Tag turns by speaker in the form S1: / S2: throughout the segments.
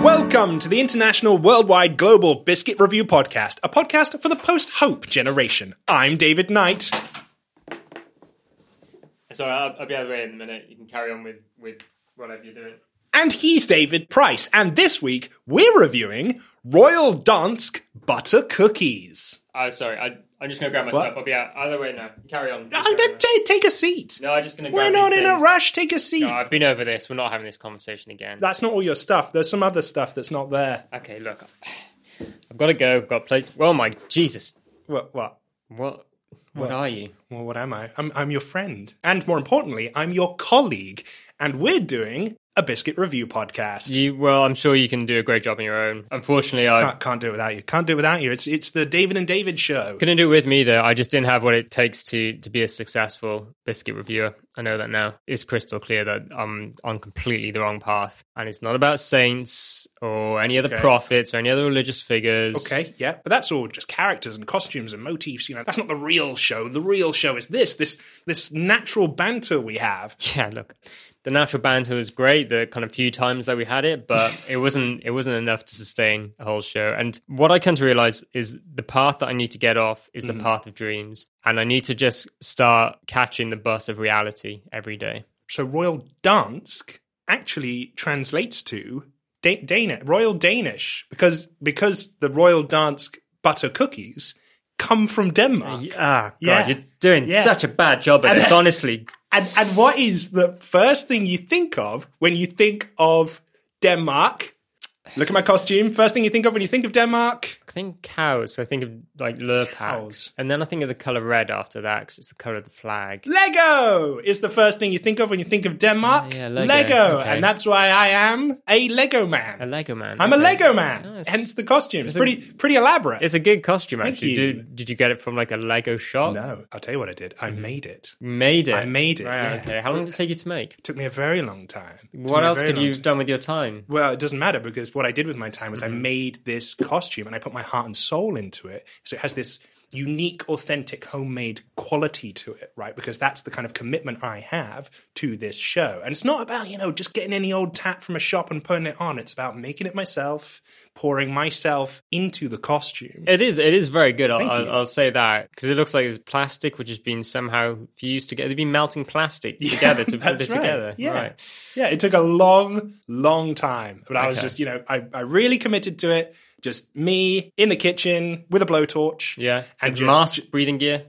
S1: Welcome to the International Worldwide Global Biscuit Review Podcast, a podcast for the post hope generation. I'm David Knight.
S2: It's all right. I'll, I'll be out of the way in a minute. You can carry on with with whatever you're doing.
S1: And he's David Price. And this week, we're reviewing Royal Dansk Butter Cookies.
S2: Oh, sorry. I, I'm just gonna grab my
S1: What?
S2: stuff. I'll be out. Either way, no. Carry on.
S1: Uh, t- t- take a seat.
S2: No, I'm just gonna.
S1: We're
S2: grab
S1: not
S2: these
S1: in a
S2: things.
S1: rush. Take a seat.
S2: No, I've been over this. We're not having this conversation again.
S1: That's not all your stuff. There's some other stuff that's not there.
S2: Okay, look. I've got to go. I've got plates. Well, my Jesus.
S1: What? What?
S2: What? What,
S1: What?
S2: are you?
S1: Well, what am I? I'm, I'm your friend. And more importantly, I'm your colleague. And we're doing a biscuit review podcast.
S2: You well, I'm sure you can do a great job on your own. Unfortunately, I
S1: Can't, can't do it without you. Can't do it without you. It's it's the David and David show.
S2: couldn't do it with me though. I just didn't have what it takes to to be a successful biscuit reviewer. I know that now. It's crystal clear that I'm on completely the wrong path, and it's not about saints or any other
S1: Okay.
S2: prophets or any other religious figures.
S1: Okay, yeah, but that's all just characters and costumes and motifs. You know, that's not the real show. The real show is this this this natural banter we have.
S2: Yeah, look, the natural banter was great. The kind of few times that we had it, but it wasn't it wasn't enough to sustain a whole show. And what I come to realize is the path that I need to get off is
S1: Mm-hmm.
S2: the path of dreams, and I need to just start catching the bus of reality every day.
S1: So Royal Dansk actually translates to da- Danish, Royal Danish, because because the Royal Dansk butter cookies come from Denmark.
S2: Yeah, Ah, God,
S1: Yeah.
S2: you're doing
S1: Yeah.
S2: such a bad job at this. Honestly,
S1: And and what is the first thing you think of when you think of Denmark? Look at my costume. First thing you think of when you think of Denmark?
S2: I think cows. I think of like lurpak,
S1: Cows.
S2: and then I think of the color red after that because it's the color of the flag.
S1: Lego is the first thing you think of when you think of Denmark.
S2: Ah, yeah, Lego. Okay.
S1: and that's why I am a Lego man.
S2: A Lego man.
S1: I'm a
S2: okay.
S1: Lego man.
S2: Nice.
S1: Hence the costume. It's
S2: It's a-
S1: pretty pretty elaborate.
S2: It's a good costume,
S1: Thank
S2: actually.
S1: you.
S2: Did, did you get it from like a Lego shop?
S1: no, I'll tell you what I did.
S2: Mm-hmm.
S1: I made it.
S2: You made it.
S1: I made it,
S2: Right,
S1: yeah.
S2: okay. How long did it take you to make?
S1: Took me a very long time. Took
S2: What
S1: me a
S2: else
S1: very
S2: could
S1: long
S2: you have
S1: time.
S2: done with your time?
S1: Well, it doesn't matter because what I did with my time was I made this costume and I put my heart and soul into it. So it has this unique, authentic, homemade quality to it, right? Because that's the kind of commitment I have to this show. And it's not about, you know, just getting any old tat from a shop and putting it on. It's about making it myself, pouring myself into the costume.
S2: It is. It is very good. I'll,
S1: Thank
S2: I'll,
S1: you.
S2: I'll say that because it looks like it's plastic, which has been somehow fused together. They've been melting plastic together to put
S1: That's
S2: it
S1: right.
S2: together.
S1: Yeah.
S2: Right.
S1: Yeah, it took a long, long time. But I was
S2: Okay.
S1: just, you know, I, I really committed to it. Just me in the kitchen with a blowtorch.
S2: Yeah.
S1: And
S2: And
S1: just- Hmm?
S2: mask breathing gear.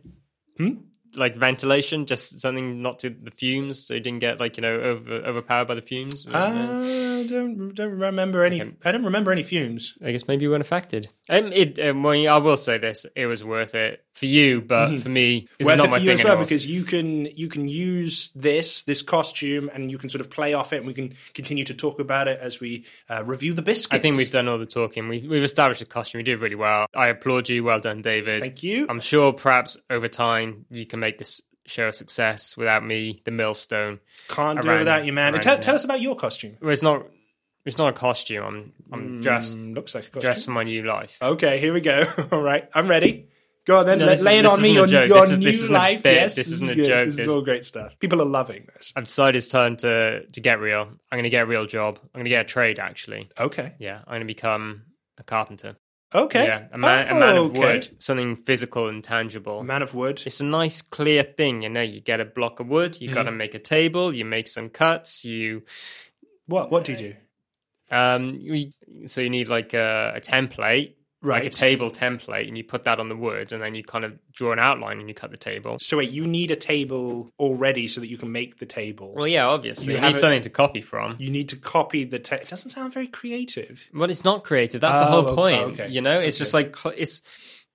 S2: Like ventilation, just something not to the fumes, so you didn't get like you know over, overpowered by the fumes.
S1: I don't don't remember any. I don't remember any fumes.
S2: I guess maybe you weren't affected. Um, it, um, well, yeah, I will say this: it was worth it for you, but for me,
S1: Mm-hmm.
S2: it's
S1: Worth
S2: not
S1: it
S2: my
S1: for you
S2: thing
S1: as well
S2: anymore.
S1: because you can you can use this this costume and you can sort of play off it and we can continue to talk about it as we uh, review the biscuits.
S2: I think we've done all the talking. We've, we've established the costume. You did really well. I applaud you. Well done, David.
S1: Thank you.
S2: I'm sure perhaps over time you can make this show a success without me, the millstone.
S1: Can't do it
S2: Around-
S1: without you, man.
S2: around
S1: Tell,
S2: there.
S1: tell us about your costume.
S2: Well, it's not. It's not a costume. I'm. I'm dressed.
S1: Mm, looks like a costume.
S2: Dressed for my new life.
S1: Okay, here we go. All right, I'm ready. Go on then.
S2: No,
S1: lay-
S2: this-
S1: lay it
S2: this
S1: on me.
S2: isn't a
S1: Your,
S2: joke.
S1: your
S2: This is-
S1: new
S2: this isn't a
S1: life.
S2: bit.
S1: Yes,
S2: This isn't a
S1: good.
S2: joke.
S1: This is
S2: This-
S1: all great stuff. People are loving this.
S2: I've decided it's time to to get real. I'm going to get a real job. I'm going to get a trade. Actually,
S1: Okay.
S2: yeah, I'm going to become a carpenter.
S1: Okay.
S2: Yeah, a man,
S1: Oh,
S2: a man of
S1: okay.
S2: wood, something physical and tangible.
S1: A man of wood.
S2: it's a nice clear thing, you know. You get a block of wood. You
S1: Mm-hmm.
S2: got to make a table. You make some cuts. You
S1: What? What do you do?
S2: um, you, so you need like a, a template. Like a
S1: Right.
S2: table template, and you put that on the wood, and then you kind of draw an outline and you cut the table.
S1: So wait, you need a table already so that you can make the table.
S2: Well, yeah, obviously.
S1: You
S2: You
S1: have
S2: need
S1: a-
S2: something to copy from.
S1: You need to copy the table. It doesn't sound very creative.
S2: Well, it's not creative. That's the
S1: Oh,
S2: whole
S1: o-
S2: point.
S1: okay.
S2: You know, it's just like cl- it's.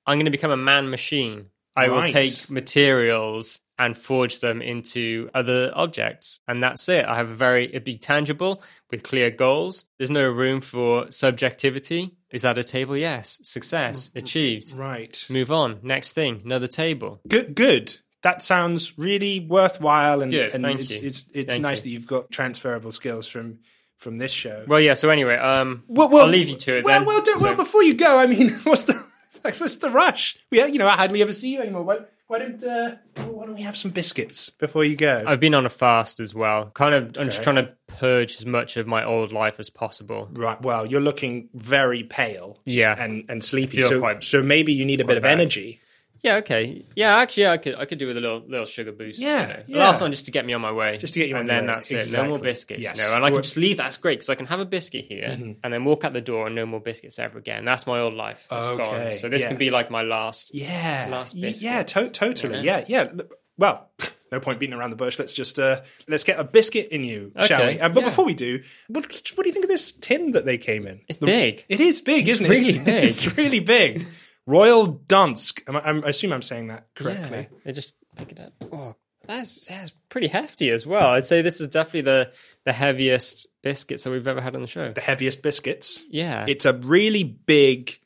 S2: I'm going to become a man machine. I will
S1: Right.
S2: take materials and forge them into other objects, and that's it. I have a very it'd be tangible with clear goals. There's no room for subjectivity. Is that a table? Yes. Success
S1: Mm.
S2: achieved.
S1: Right.
S2: Move on. Next thing. Another table.
S1: Good. Good. That sounds really worthwhile, and,
S2: Good,
S1: and
S2: thank
S1: it's,
S2: you.
S1: it's it's
S2: Thank
S1: nice
S2: you.
S1: that you've got transferable skills from from this show.
S2: Well, yeah. So anyway, um,
S1: Well, well,
S2: I'll leave you to it.
S1: Well,
S2: then.
S1: well, don't,
S2: So-
S1: well, before you go, I mean, what's the like, what's the rush? We, you know, I hardly ever see you anymore. Why, why don't uh, why don't we have some biscuits before you go?
S2: I've been on a fast as well. Kind of, I'm just trying to purge as much of my old life as possible.
S1: right. Well, you're looking very pale.
S2: Yeah.
S1: and and sleepy.
S2: feel
S1: So
S2: quite-
S1: so maybe you need a bit of
S2: bad.
S1: energy.
S2: Yeah, okay. Yeah, actually, I could, I could do with a little, little sugar boost. you
S1: Yeah,
S2: know. The
S1: yeah.
S2: last one just to get me on my way,
S1: Just to get you
S2: and
S1: on your
S2: then
S1: way,
S2: that's it. No more
S1: exactly.
S2: biscuits.
S1: Yes. Mm-hmm.
S2: No, and I
S1: Well-
S2: can just leave. That's great because I can have a biscuit here and then walk out the door and no more biscuits ever again. That's my old life. It's
S1: Okay,
S2: gone. So this
S1: yeah.
S2: can be like my last.
S1: Yeah.
S2: Last
S1: Y-
S2: biscuit.
S1: Yeah, to- totally. Yeah, yeah. L- Well, no point beating around the bush. Let's just uh, let's get a biscuit in you, shall
S2: Okay,
S1: we? Uh, but
S2: yeah.
S1: before we do, what, what do you think of this tin that they came in?
S2: It's big.
S1: It is big, isn't it?
S2: really big.
S1: it's really big. Royal Dansk. Am I, I'm, I assume I'm saying that
S2: Yeah,
S1: correctly.
S2: they just pick it up. Oh, that's that's pretty hefty as well. I'd say this is definitely the the heaviest biscuits that we've ever had on the show.
S1: The heaviest biscuits.
S2: Yeah,
S1: It's a really big,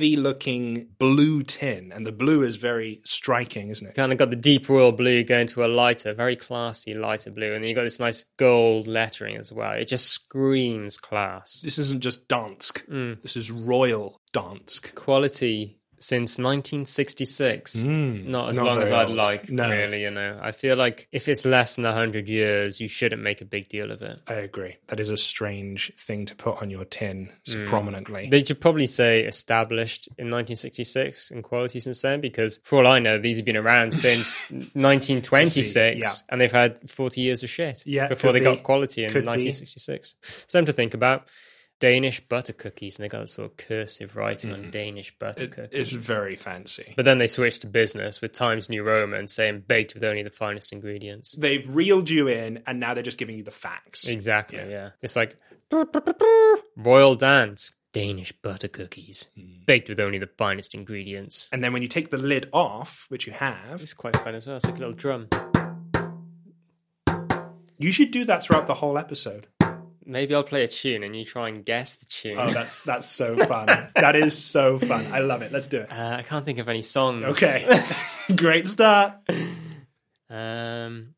S1: heavy-looking blue tin, and the blue is very striking, isn't it?
S2: kind of got the deep royal blue going to a lighter, very classy lighter blue, and then you got this nice gold lettering as well. It just screams class,
S1: This isn't just Dansk.
S2: Mm.
S1: This is Royal Dansk.
S2: quality since 1966. not as
S1: Hmm, not
S2: long as
S1: very
S2: I'd
S1: old.
S2: like,
S1: No.
S2: really. You know, I feel like if it's less than hundred years, you shouldn't make a big deal of it.
S1: I agree. That is a strange thing to put on your tin so prominently.
S2: They should probably say established in 1966 and quality since then, because for all I know, these have been around since 1926
S1: yeah.
S2: and they've had 40 years of shit
S1: Yeah,
S2: before
S1: could
S2: they
S1: be.
S2: got quality in
S1: Could be.
S2: 1966. Something to think about. Danish butter cookies, and they got that sort of cursive writing
S1: Mm.
S2: on Danish butter cookies.
S1: it's very fancy.
S2: But then they switched to business with Times New Roman saying baked with only the finest ingredients.
S1: They've reeled you in, and now they're just giving you the facts.
S2: Exactly, yeah. It's like Royal Dance, Danish butter cookies, baked with only the finest ingredients.
S1: And then when you take the lid off, which you have,
S2: It's quite fun as well. It's like a little drum.
S1: you should do that throughout the whole episode.
S2: Maybe I'll play a tune and you try and guess the tune.
S1: Oh, that's that's so fun. that is so fun. I love it. Let's do it.
S2: uh, I can't think of any songs.
S1: Okay. Great start.
S2: um,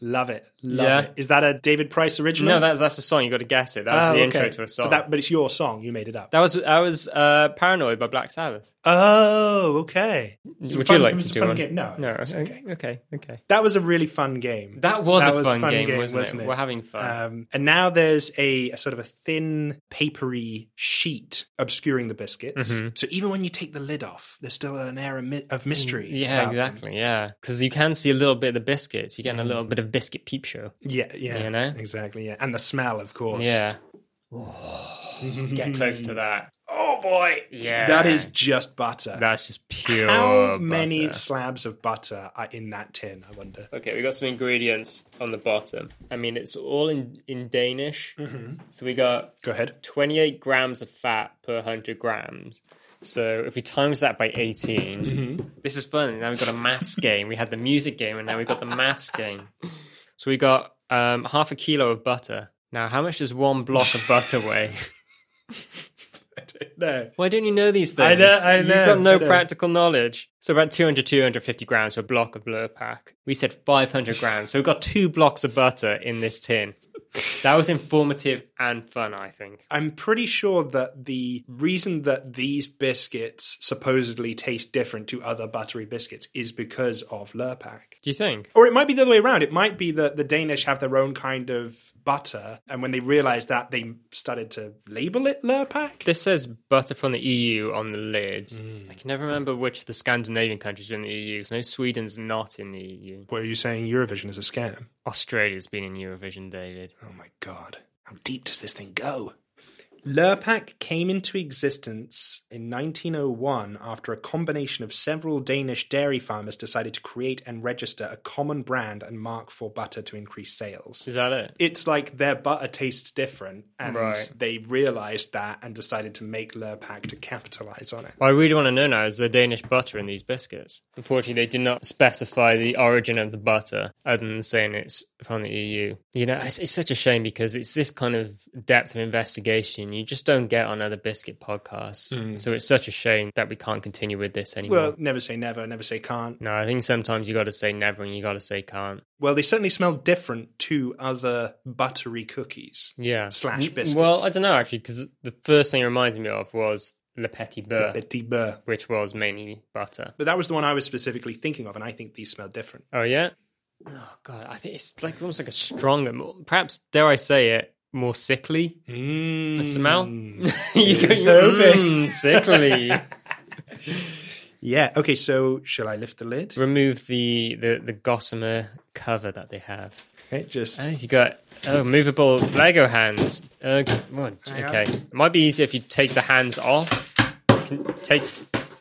S1: Love it. Love
S2: Yeah.
S1: it. Is that a David Price original?
S2: no, that's that's the song. You got to guess it. That was
S1: Oh,
S2: the intro
S1: okay.
S2: to a song.
S1: But,
S2: that,
S1: that, but it's your song. You made it up.
S2: was I was uh, paranoid by Black Sabbath.
S1: oh, okay. It's a
S2: Would
S1: fun-
S2: you like
S1: it was
S2: to
S1: a
S2: do
S1: fun
S2: one?
S1: game. No,
S2: no.
S1: it's
S2: Okay, okay, okay.
S1: That was a really fun game.
S2: That was a fun,
S1: fun
S2: game, wasn't, it? Uh, We're having fun.
S1: Um, and now there's a, a sort of a thin, papery sheet obscuring the biscuits.
S2: Mm-hmm.
S1: So even when you take the lid off, there's still an air of my- of mystery.
S2: yeah,
S1: about them.
S2: exactly. Yeah, because you can see a little bit of the biscuits. You're getting a
S1: Mm.
S2: little bit of biscuit peep show.
S1: Yeah, yeah,
S2: You know?
S1: exactly. Yeah, and the smell, of course.
S2: Yeah. Get close to that.
S1: Oh boy.
S2: Yeah.
S1: That is just butter.
S2: That's just pure.
S1: How many
S2: butter.
S1: slabs of butter are in that tin? I wonder.
S2: Okay, we got some ingredients on the bottom. I mean, it's all in in Danish. So we got
S1: Mm-hmm. Go ahead.
S2: 28 grams of fat per 100 grams. So if we times that by 18, this is fun. Now we've got a maths game. We had the music game, and now we've got the maths game. So we got um, half a kilo of butter. Now, how much does one block of butter weigh?
S1: No.
S2: Why don't you know these things?
S1: I know- I know,
S2: You've got no
S1: I know.
S2: practical knowledge. So about 200, 250 grams for a block of Lure Pack. We said 500 grams. So we've got two blocks of butter in this tin. That was informative and fun, I think.
S1: I'm pretty sure that the reason that these biscuits supposedly taste different to other buttery biscuits is because of Lurpak.
S2: Do you think?
S1: Or it might be the other way around. It might be that the Danish have their own kind of butter, and when they realized that, they started to label it Lurpak.
S2: This says butter from the EU on the lid. I can never remember which of the Scandinavian countries are in the E EU. So no, Sweden's not in the EU.
S1: Were you saying Eurovision is a scam?
S2: Australia's been in Eurovision, David.
S1: Oh my god. How deep does this thing go? Lurpak came into existence in 1901 after a combination of several Danish dairy farmers decided to create and register a common brand and mark for butter to increase sales.
S2: Is that it?
S1: It's like their butter tastes different, and
S2: Right.
S1: they realized that and decided to make Lurpak to capitalize on it.
S2: What I really want to know now is the Danish butter in these biscuits. Unfortunately, they did not specify the origin of the butter other than saying it's from the EU. You know, it's, it's such a shame because it's this kind of depth of investigation you just don't get on other biscuit podcasts. So it's such a shame that we can't continue with this anymore.
S1: Well, never say never, never say can't.
S2: no, I think sometimes you got to say never and you got to say can't.
S1: Well, they certainly smell different to other buttery cookies.
S2: Yeah.
S1: Slash
S2: N-
S1: biscuits.
S2: Mm, Well, I don't know actually because the first thing it reminded me of was Le Petit Beurre,
S1: Petit beurre.
S2: which was mainly butter.
S1: But that was the one I was specifically thinking of, and I think these smell different.
S2: Oh yeah. Oh god, I think it's like almost like a stronger, more, perhaps dare I say it, more sickly
S1: Mm.
S2: smell. you
S1: Here's
S2: go,
S1: hoping.
S2: "Mm, sickly.
S1: Yeah. Okay. So, shall I lift the lid?
S2: Remove the, the the gossamer cover that they have.
S1: It just
S2: And you got oh movable Lego hands. Uh, well, okay, it might be easier if you take the hands off. Can- Take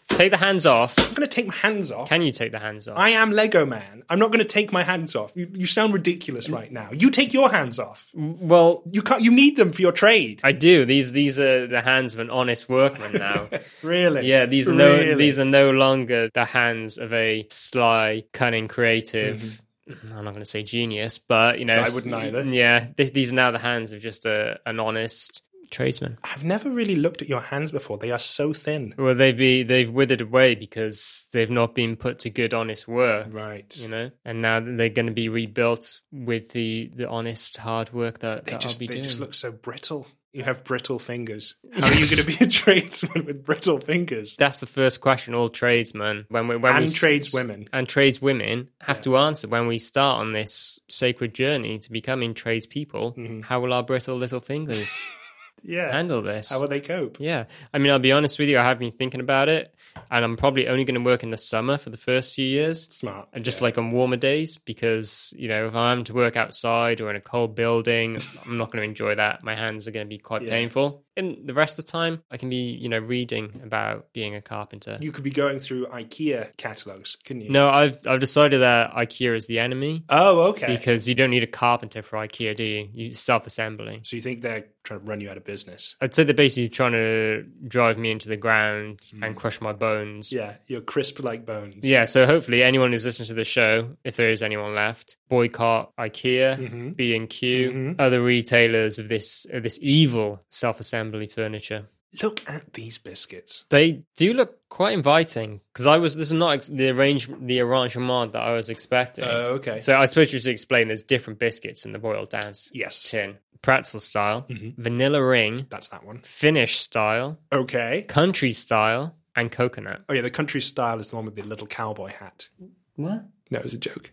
S2: take the hands off.
S1: I'm going to take my hands off.
S2: Can you take the hands off?
S1: I am Lego Man. I'm not going to take my hands off. You, you sound ridiculous right now. You take your hands off.
S2: well,
S1: You can't. You need them for your trade.
S2: I do. These these are the hands of an honest workman now.
S1: Really?
S2: Yeah, these are no
S1: Really?
S2: these are no longer the hands of a sly, cunning, creative. I'm not going to say genius, but you know,
S1: Mm-hmm. I wouldn't either.
S2: Yeah, th- these are now the hands of just a, an honest tradesman.
S1: I've never really looked at your hands before. They are so thin.
S2: Well, they be they've withered away because they've not been put to good, honest work.
S1: Right.
S2: You know, and now they're going to be rebuilt with the the honest hard work that,
S1: they
S2: that
S1: just
S2: I'll be
S1: they
S2: doing.
S1: just look so brittle. You have brittle fingers. How are you going to be a tradesman with brittle fingers?
S2: That's the first question all tradesmen when we when
S1: And
S2: we,
S1: tradeswomen.
S2: and tradeswomen have to answer when we start on this sacred journey to becoming tradespeople. How will our brittle little fingers
S1: Mm-hmm. Yeah.
S2: handle this?
S1: How will they cope?
S2: yeah, I mean, I'll be honest with you. I have been thinking about it, and I'm probably only going to work in the summer for the first few years,
S1: Smart.
S2: and just like on warmer days, because you know if I'm to work outside or in a cold building, I'm not going to enjoy that. My hands are going to be quite painful. And the rest of the time, I can be you know reading about being a carpenter.
S1: You could be going through IKEA catalogs, couldn't you?
S2: no, I've I've decided that IKEA is the enemy.
S1: Oh, okay.
S2: because you don't need a carpenter for IKEA, do you? You self assembly.
S1: so you think they're trying to run you out of business?
S2: I'd say they're basically trying to drive me into the ground and
S1: Mm.
S2: crush my bones.
S1: Yeah, you're crisp like bones.
S2: Yeah, so hopefully anyone who's listening to the show, if there is anyone left, boycott IKEA, B and Q, other retailers of this of this evil self assembly furniture.
S1: Look at these biscuits.
S2: They do look quite inviting because I was this is not ex- the arrange the arrangement that I was expecting.
S1: Oh, okay.
S2: So I suppose you should explain there's different biscuits in the Royal Dance
S1: Yes.
S2: tin. Pretzel style, vanilla ring,
S1: That's that one.
S2: Finnish style,
S1: Okay.
S2: country style, and coconut.
S1: Oh, yeah, the country style is the one with the little cowboy hat.
S2: What?
S1: No, it was a joke.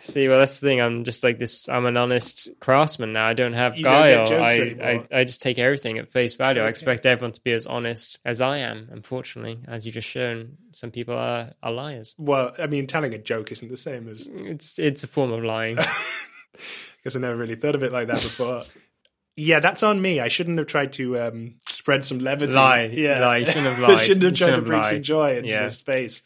S2: See, well, that's the thing. I'm just like this. I'm an honest craftsman now. I don't have
S1: You don't get
S2: guile.
S1: jokes
S2: I,
S1: anymore.
S2: I, I just take everything at face value. I expect everyone to be as honest as I am. Unfortunately, as you just shown, some people are, are liars.
S1: Well, I mean, telling a joke isn't the same as
S2: It's it's a form of lying.
S1: because I never really thought of it like that before. yeah, that's on me. I shouldn't have tried to um, spread some levity.
S2: Lie.
S1: yeah,
S2: Lie. You shouldn't have
S1: I
S2: lied.
S1: shouldn't have tried
S2: You shouldn't
S1: to
S2: have
S1: bring some
S2: lied.
S1: joy into
S2: Yeah.
S1: this space.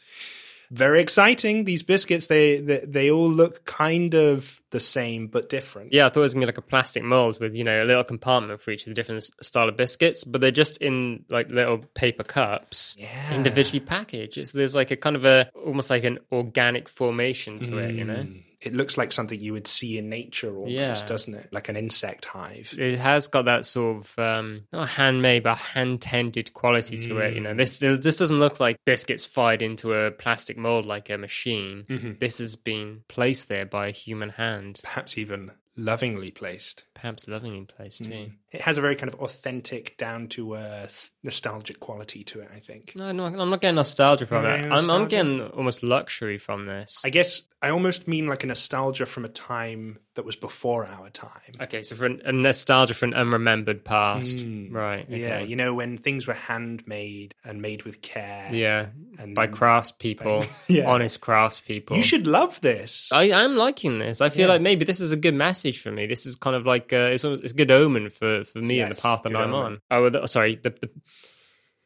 S1: Very exciting. These biscuits, they, they they all look kind of the same but different.
S2: Yeah, I thought it was gonna be like a plastic mold with you know a little compartment for each of the different s- style of biscuits, but they're just in like little paper cups,
S1: Yeah. Hmm.
S2: individually packaged. It's, there's like a kind of a almost like an organic formation to it, you know.
S1: it looks like something you would see in nature almost,
S2: Yeah.
S1: doesn't it? Like an insect hive.
S2: it has got that sort of um, not handmade but hand tended quality to it. You know, this
S1: Mm.
S2: this doesn't look like biscuits fired into a plastic mold like a machine.
S1: Mm-hmm.
S2: This has been placed there by a human hand,
S1: Perhaps even lovingly placed.
S2: perhaps lovingly placed too.
S1: It has a very kind of authentic, down to earth, nostalgic quality to it, I think.
S2: No, no, I'm not getting nostalgia from
S1: Not
S2: it.
S1: getting
S2: I'm, I'm
S1: nostalgia?
S2: getting almost luxury from this.
S1: I guess I almost mean like a nostalgia from a time that was before our time.
S2: okay, so for an, a nostalgia for an unremembered past, right? Okay.
S1: Mm. Yeah, you know, when things were handmade and made with care.
S2: yeah,
S1: And-
S2: by craftspeople,
S1: Yeah.
S2: honest craftspeople.
S1: You should love this.
S2: I, I'm liking this. I feel
S1: Yeah.
S2: like maybe this is a good message for me. This is kind of like uh, it's, almost- it's a good omen for, for me and the
S1: Yes,
S2: path that
S1: good
S2: I'm
S1: omen.
S2: on. Oh, the, sorry, the, the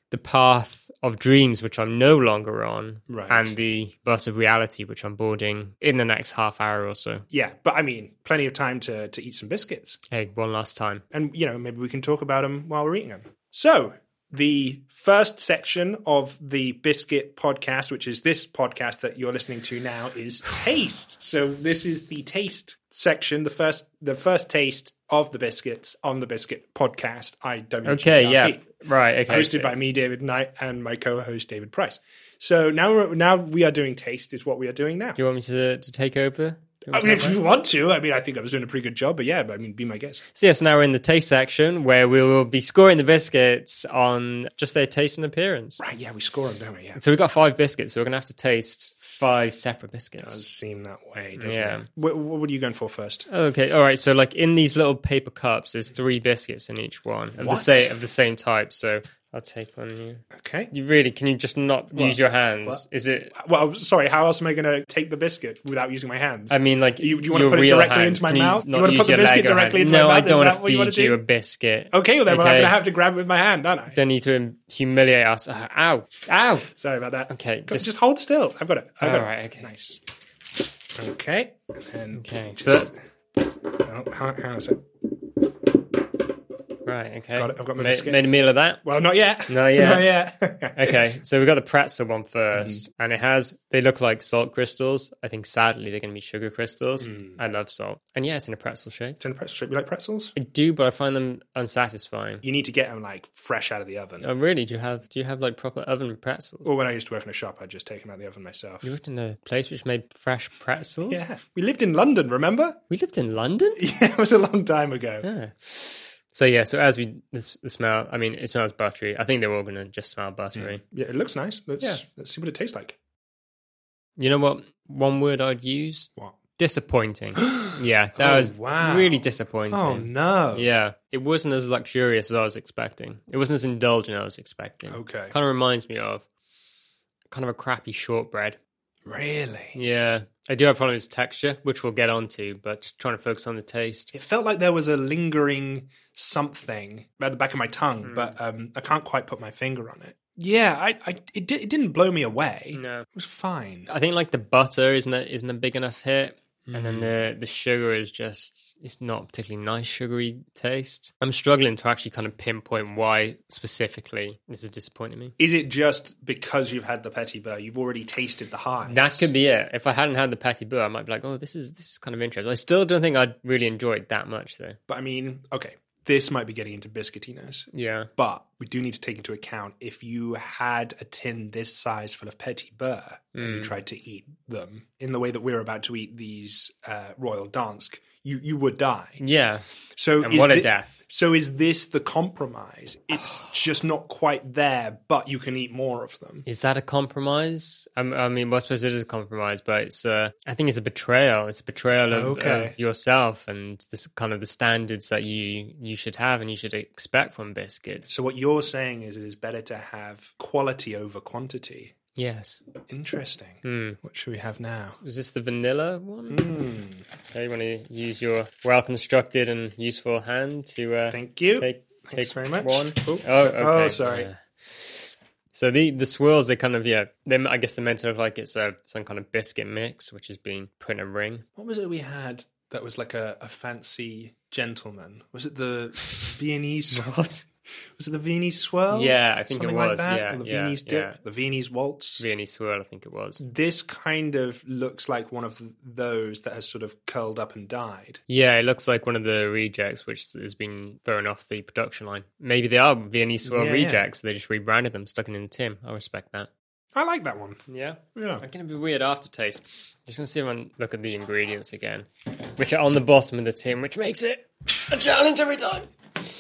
S2: the path of dreams, which I'm no longer on,
S1: Right.
S2: and the bus of reality, which I'm boarding in the next half hour or so.
S1: yeah, but I mean, plenty of time to, to eat some biscuits.
S2: Hey, one last time.
S1: And, you know, maybe we can talk about them while we're eating them. So, the first section of the biscuit podcast, which is this podcast that you're listening to now, is taste. so, this is the taste section, the first the first taste of the biscuits on the biscuit podcast. IWGRP.
S2: Okay, yeah, right. Okay,
S1: hosted by me, David Knight, and my co-host David Price. So now we're, now we are doing taste is what we are doing now.
S2: Do you want me to to take over? Do you
S1: I mean,
S2: want me to
S1: if
S2: take over?
S1: you want to, I mean, I think I was doing a pretty good job, but yeah, but I mean, be my guest.
S2: So yes, now we're in the taste section where we will be scoring the biscuits on just their taste and appearance.
S1: Right? Yeah, we score them, don't we? Yeah, it
S2: So we've got five biscuits, so we're gonna have to taste five separate biscuits.
S1: does seem that way, doesn't
S2: Yeah.
S1: it? What, what are you going for first?
S2: Okay, all right. So like in these little paper cups, there's three biscuits in each one of the
S1: What?
S2: same of the same type. So I'll take one. You,
S1: Okay.
S2: you really can you just not use your hands? Is it?
S1: Well, sorry. How else am I going to take the biscuit without using my hands?
S2: I mean, like
S1: You- you wanna
S2: your
S1: put it
S2: real
S1: directly
S2: hands.
S1: into my
S2: Can you
S1: mouth? You
S2: not
S1: wanna put
S2: use
S1: the
S2: your
S1: biscuit
S2: leg or
S1: directly
S2: hand?
S1: into my
S2: No,
S1: mouth?
S2: I
S1: Is
S2: don't want
S1: that
S2: to
S1: what you wanna
S2: feed you
S1: do?
S2: a biscuit.
S1: okay, well then well, I'm
S2: Okay.
S1: going to have to grab it with my hand, aren't I?
S2: Don't need to hum- humiliate us. Uh, Ow! Ow!
S1: Sorry about that.
S2: Okay,
S1: Go-
S2: just-
S1: just, hold still. I've got it. I've
S2: All
S1: got it.
S2: right, okay.
S1: Nice. Okay. And then
S2: Okay,
S1: just- oh, how, how is it?
S2: Right. Okay.
S1: Got it, I've got my
S2: Ma-
S1: biscuit.
S2: Made a meal of that.
S1: Well, not yet.
S2: Not yet.
S1: Not yet.
S2: Okay, so we got the pretzel one first,
S1: Mm-hmm.
S2: and it has they look like salt crystals. I think sadly they're going to be sugar crystals.
S1: Mm.
S2: I love salt, and yeah, it's in a pretzel shape.
S1: Tin pretzel strip. You like pretzels?
S2: I do, but I find them unsatisfying.
S1: You need to get them like fresh out of the oven.
S2: Oh, really? Do you have do you have like proper oven pretzels?
S1: Well, when I used to work in a shop, I'd just take them out of the oven myself.
S2: You worked in a place which made fresh pretzels.
S1: Yeah, we lived in London. Remember?
S2: we lived in London.
S1: Yeah, it was a long time ago.
S2: Yeah. So yeah, so as we this the smell, I mean, it smells buttery. I think they're all going to just smell buttery.
S1: Yeah, it looks nice. Let's
S2: Yeah.
S1: let's see what it tastes like. Mm.
S2: You know what? One word I'd use:
S1: What?
S2: disappointing. yeah, that
S1: Oh,
S2: was
S1: wow.
S2: really disappointing.
S1: Oh no.
S2: Yeah, it wasn't as luxurious as I was expecting. It wasn't as indulgent as I was expecting.
S1: Okay.
S2: Kind of reminds me of kind of a crappy shortbread.
S1: Really?
S2: Yeah. I do have problems with texture, which we'll get onto, but just trying to focus on the taste.
S1: It felt like there was a lingering something at the back of my tongue,
S2: Hmm.
S1: but um, I can't quite put my finger on it. Yeah, I, I it, di- it didn't blow me away.
S2: No.
S1: It was fine.
S2: I think like the butter isn't a, isn't a big enough hit. And
S1: Mm.
S2: then the the sugar is just it's not a particularly nice sugary taste. I'm struggling to actually kind of pinpoint why specifically this is disappointing me.
S1: Is it just because you've had the petit beurre? You've already tasted the highs.
S2: That could be it. If I hadn't had the patty beurre, I might be like, "Oh, this is this is kind of interesting." I still don't think I'd really enjoy it that much, though.
S1: But I mean, okay, this might be getting into biscuitinos.
S2: Yeah,
S1: But we do need to take into account if you had a tin this size full of petit beurre and
S2: Mm.
S1: you tried to eat them in the way that we're about to eat these uh, royal dansk, you you would die.
S2: yeah.
S1: So
S2: Mm. And
S1: is
S2: what a
S1: thi-
S2: death.
S1: So is this the compromise? It's just not quite there, but you can eat more of them.
S2: Is that a compromise? I, I mean, well, I suppose it is a compromise, but it's uh, I think it's a betrayal. It's a betrayal of,
S1: Okay.
S2: of yourself and this kind of the standards that you you should have and you should expect from biscuits.
S1: So what you're saying is it is better to have quality over quantity.
S2: Yes.
S1: Interesting.
S2: Hmm.
S1: What should we have now?
S2: Was this the vanilla one? Okay, you want to use your well constructed and useful hand to uh,
S1: Thank you.
S2: Take,
S1: Thanks
S2: take
S1: very much.
S2: One.
S1: Oops.
S2: Oh, okay.
S1: Oh, sorry.
S2: Yeah. So the the swirls, they kind of yeah. They, I guess they're meant to look like it's a some kind of biscuit mix, which has been put in a ring.
S1: What was it we had that was like a, a fancy gentleman? Was it the Viennese? What? Was it the Viennese swirl?
S2: Yeah, I think it
S1: Something
S2: was,
S1: Like that?
S2: yeah,
S1: or the
S2: yeah,
S1: Viennese dip,
S2: yeah.
S1: the Viennese waltz.
S2: Viennese swirl, I think it was.
S1: This kind of looks like one of those that has sort of curled up and died.
S2: Yeah, it looks like one of the rejects which has been thrown off the production line. Maybe they are Viennese swirl
S1: Yeah, yeah.
S2: rejects. They just rebranded them, stuck it in the tin. I respect that.
S1: I like that one.
S2: Yeah.
S1: Yeah.
S2: I'm going to be weird aftertaste. Just going to see if I can look at the ingredients again, which are on the bottom of the tin, which makes it a challenge every time.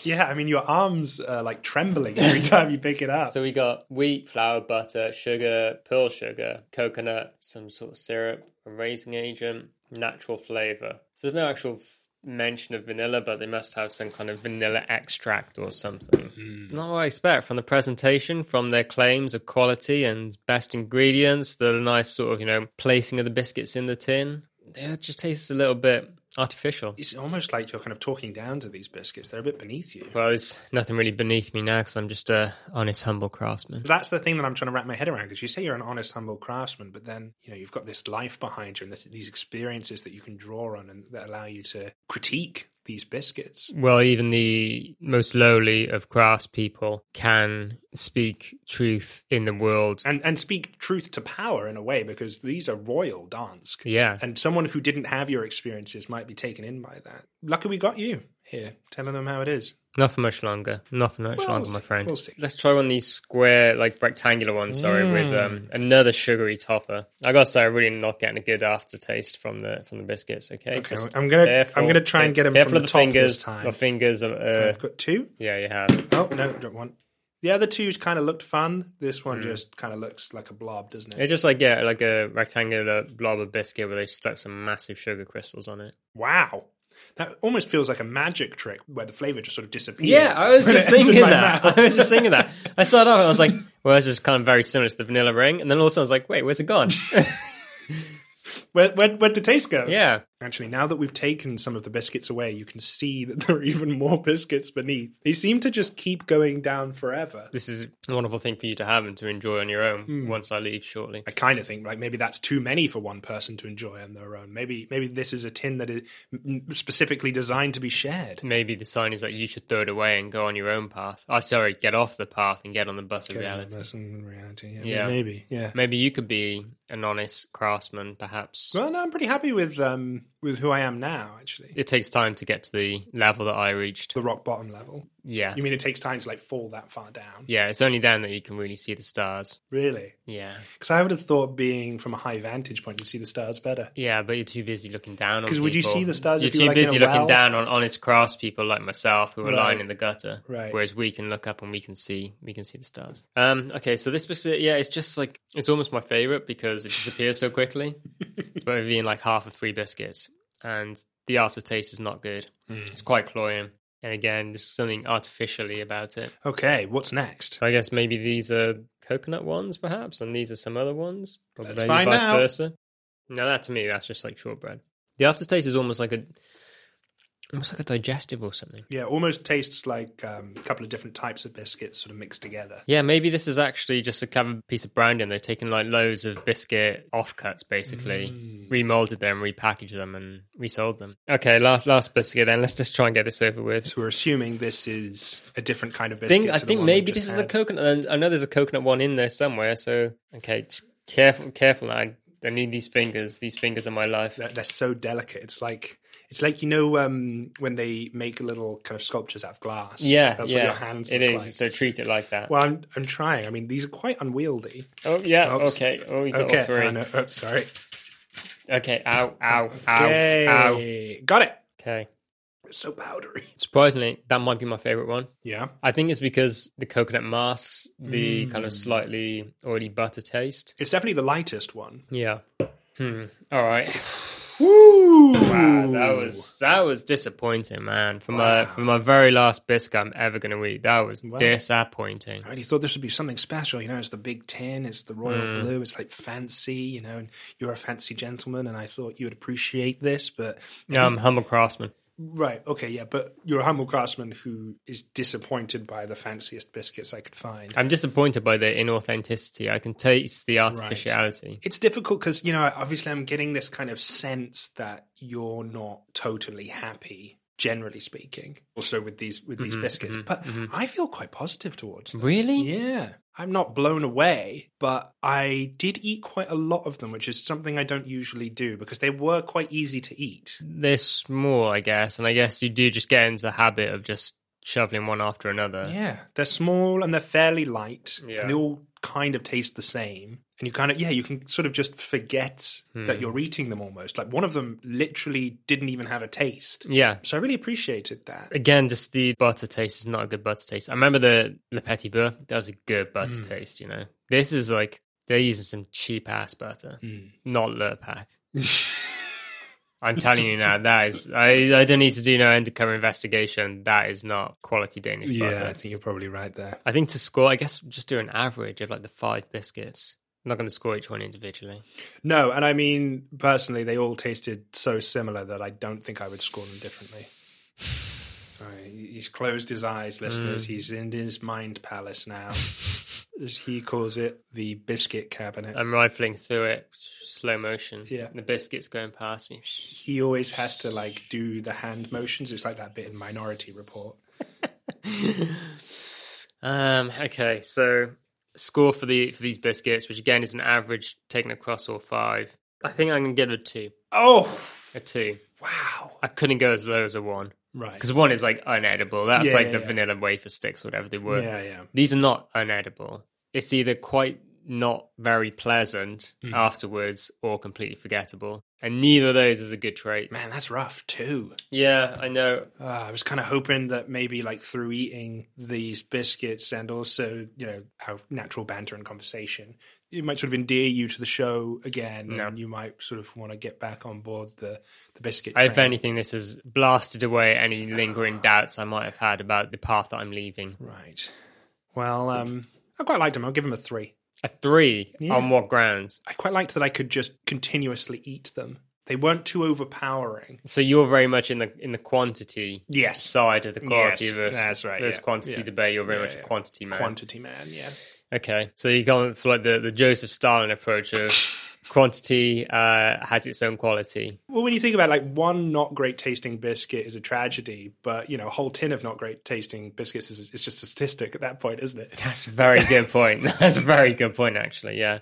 S1: Yeah, I mean, your arms are like trembling every time you pick it up.
S2: So we got wheat, flour, butter, sugar, pearl sugar, coconut, some sort of syrup, a raising agent, natural flavor. So there's no actual f- mention of vanilla, but they must have some kind of vanilla extract or something. Not what I expect from the presentation, from their claims of quality and best ingredients, the nice sort of, you know, placing of the biscuits in the tin. They just taste a little bit artificial.
S1: it's almost like you're kind of talking down to these biscuits. They're a bit beneath you.
S2: Well, there's nothing really beneath me now because I'm just a honest, humble craftsman.
S1: That's the thing that I'm trying to wrap my head around because you say you're an honest, humble craftsman, but then you know you've got this life behind you and this, these experiences that you can draw on and that allow you to critique these biscuits.
S2: well, even the most lowly of craftspeople can speak truth in the world.
S1: and and speak truth to power in a way because these are royal Dansk.
S2: Yeah.
S1: And someone who didn't have your experiences might be taken in by that. Lucky we got you here telling them how it is.
S2: Not for much longer. Not for much
S1: Well,
S2: longer,
S1: we'll
S2: my
S1: see.
S2: friend.
S1: We'll see.
S2: Let's try one of these square, like rectangular ones, sorry, with um, another sugary topper. I gotta say, I'm really not getting a good aftertaste from the from the biscuits. Okay,
S1: Okay, I'm gonna- I'm gonna try and get 'em
S2: careful
S1: from
S2: of
S1: the top this
S2: fingers.
S1: time.
S2: My fingers, are, uh,
S1: I've got two.
S2: yeah, you have.
S1: Oh no, don't want. The other two kind of looked fun. This
S2: Mm.
S1: one just kind of looks like a blob, doesn't it?
S2: It's just like yeah, like a rectangular blob of biscuit where they stuck some massive sugar crystals on it.
S1: Wow. That almost feels like a magic trick where the flavor just sort of disappears.
S2: Yeah, I was
S1: when
S2: just
S1: it enters
S2: thinking
S1: my
S2: that.
S1: mouth.
S2: I was just thinking that. I started off and I was like, well, it's just kind of very similar to the vanilla ring. And then all of a sudden I was like, wait, where's it gone?
S1: Where, where, where'd the taste go?
S2: yeah.
S1: Actually, now that we've taken some of the biscuits away, you can see that there are even more biscuits beneath. They seem to just keep going down forever.
S2: This is a wonderful thing for you to have and to enjoy on your own
S1: Hmm.
S2: once I leave shortly.
S1: I kind of think like maybe that's too many for one person to enjoy on their own. Maybe maybe this is a tin that is m- m- specifically designed to be shared.
S2: Maybe the sign is that you should throw it away and go on your own path. Oh, sorry, get off the path and get on the bus of reality.
S1: That's in reality. Yeah,
S2: Yeah.
S1: maybe. Yeah.
S2: Maybe you could be an honest craftsman, perhaps.
S1: Well, no, I'm pretty happy with um with who I am now. Actually,
S2: It takes time to get to the level that I reached.
S1: the rock bottom level.
S2: Yeah.
S1: You mean it takes time to like fall that far down?
S2: Yeah, it's only then that you can really see the stars.
S1: Really?
S2: Yeah.
S1: Because I would have thought being from a high vantage point, you'd see the stars better.
S2: Yeah, but you're too busy looking down on.
S1: 'Cause would you
S2: people.
S1: see the stars
S2: You're
S1: if you
S2: too
S1: were, like, in
S2: busy
S1: a
S2: looking
S1: well?
S2: down on honest crafts people like myself who are lying
S1: Right.
S2: in the gutter.
S1: Right.
S2: Whereas we can look up and we can see we can see the stars. Um. Okay. So this specific, yeah, it's just like it's almost my favorite because it disappears so quickly. it's about being like half of three biscuits, and the aftertaste is not good.
S1: Hmm.
S2: It's quite cloying, and again, just something artificially about it.
S1: Okay, what's next?
S2: So I guess maybe these are coconut ones, perhaps, and these are some other ones. Or
S1: Let's
S2: maybe
S1: find
S2: vice
S1: out.
S2: versa. No, that to me, that's just like shortbread. The aftertaste is almost like a, almost like a digestive or something.
S1: Yeah, almost tastes like um, a couple of different types of biscuits sort of mixed together.
S2: Yeah, maybe this is actually just a clever piece of branding. They've taken like loads of biscuit offcuts, basically,
S1: Mm.
S2: remolded them, repackaged them, and resold them. Okay, last last biscuit. Then let's just try and get this over with.
S1: So we're assuming this is a different kind of
S2: I
S1: biscuit.
S2: think, I
S1: to the
S2: think
S1: one we
S2: maybe
S1: just
S2: this is
S1: had.
S2: the coconut. and I know there's a coconut one in there somewhere. So okay, just careful, careful. I, I need these fingers. These fingers are my life.
S1: They're, they're so delicate. It's like it's like you know um, when they make little kind of sculptures out of glass.
S2: Yeah,
S1: that's
S2: yeah.
S1: what your hands.
S2: it
S1: look
S2: is.
S1: like.
S2: So treat it like that.
S1: Well, I'm I'm trying. I mean, these are quite unwieldy.
S2: oh yeah.
S1: Oh,
S2: okay. Oh, you got all
S1: Okay,
S2: three.
S1: I know. Oh, sorry.
S2: Okay. Ow. Ow. Ow. Ow.
S1: Yay. got it.
S2: Okay.
S1: It's so powdery.
S2: Surprisingly, that might be my favorite one.
S1: Yeah.
S2: I think it's because the coconut masks the
S1: Mm.
S2: kind of slightly oily butter taste.
S1: It's definitely the lightest one.
S2: Yeah. Hmm. All right.
S1: Woo!
S2: Wow, that was that was disappointing, man. For my for my very last biscuit I'm ever going to eat, that was disappointing.
S1: I really thought this would be something special. You know, it's the Big Ten, it's the royal blue, it's like fancy, you know, and you're a fancy gentleman, and I thought you would appreciate this, but.
S2: Yeah, I'm a humble craftsman.
S1: Right, okay, yeah, but you're a humble craftsman who is disappointed by the fanciest biscuits I could find.
S2: I'm disappointed by the inauthenticity. I can taste the artificiality.
S1: It's difficult because, you know, obviously I'm getting this kind of sense that you're not totally happy generally speaking. Also with these with these biscuits, but I feel quite positive towards them.
S2: Really?
S1: Yeah. I'm not blown away, but I did eat quite a lot of them, which is something I don't usually do because they were quite easy to eat.
S2: They're small, I guess, and I guess you do just get into the habit of just shoveling one after another.
S1: Yeah, they're small and they're fairly light,
S2: Yeah.
S1: and they all kind of taste the same. And you kind of yeah, you can sort of just forget that you're eating them almost. Like one of them literally didn't even have a taste.
S2: Yeah.
S1: So I really appreciated that.
S2: Again, just the butter taste is not a good butter taste. I remember the Le Petit Beurre, that was a good butter
S1: Mm.
S2: taste, you know. This is like, they're using some cheap ass butter,
S1: Mm.
S2: not Lurpak. I'm telling you now, that is, I, I don't need to do no undercover investigation. That is not quality Danish butter.
S1: think you're probably right there.
S2: I think to score, I guess just do an average of like the five biscuits. I'm not going to score each one individually.
S1: No, and I mean personally, they all tasted so similar that I don't think I would score them differently. Uh, he's closed his eyes, listeners. He's in his mind palace now, as he calls it, the biscuit cabinet.
S2: I'm rifling through it, slow motion.
S1: Yeah.
S2: The biscuits going past me.
S1: he always has to like do the hand motions. It's like that bit in Minority Report.
S2: Um, okay, so score for the for these biscuits, which again is an average taken across all five. I think I'm gonna give it a two.
S1: Oh
S2: A two.
S1: wow!
S2: I couldn't go as low as a one.
S1: Right?
S2: Because one is like unedible. That's
S1: Yeah,
S2: like
S1: yeah,
S2: the
S1: yeah.
S2: vanilla wafer sticks, whatever they were.
S1: Yeah, yeah.
S2: These are not unedible. It's either quite not very pleasant
S1: Mm.
S2: afterwards or completely forgettable. And neither of those is a good trait.
S1: Man, that's rough too.
S2: Yeah, I know.
S1: Uh, I was kind of hoping that maybe like through eating these biscuits and also you know our natural banter and conversation, it might sort of endear you to the show again,
S2: No.
S1: and you might sort of want to get back on board the the biscuit. Train.
S2: If anything, this has blasted away any lingering doubts I might have had about the path that I'm leaving.
S1: right? Well, um, I quite liked him. I'll give him a three.
S2: A three
S1: Yeah.
S2: on what grounds?
S1: I quite liked that I could just continuously eat them. They weren't too overpowering.
S2: So you're very much in the in the quantity
S1: Yes.
S2: side of the quality
S1: Yes,
S2: versus,
S1: that's right,
S2: versus
S1: yeah,
S2: quantity
S1: yeah.
S2: debate. You're very
S1: Yeah,
S2: much
S1: yeah.
S2: a quantity man.
S1: Quantity man, yeah.
S2: okay, so you're going for like the, the Joseph Stalin approach of quantity uh, has its own quality.
S1: Well, when you think about it, like one not great tasting biscuit is a tragedy, but you know, a whole tin of not great tasting biscuits is it's just a statistic at that point, isn't it?
S2: That's a very good point. That's a very good point, actually. Yeah.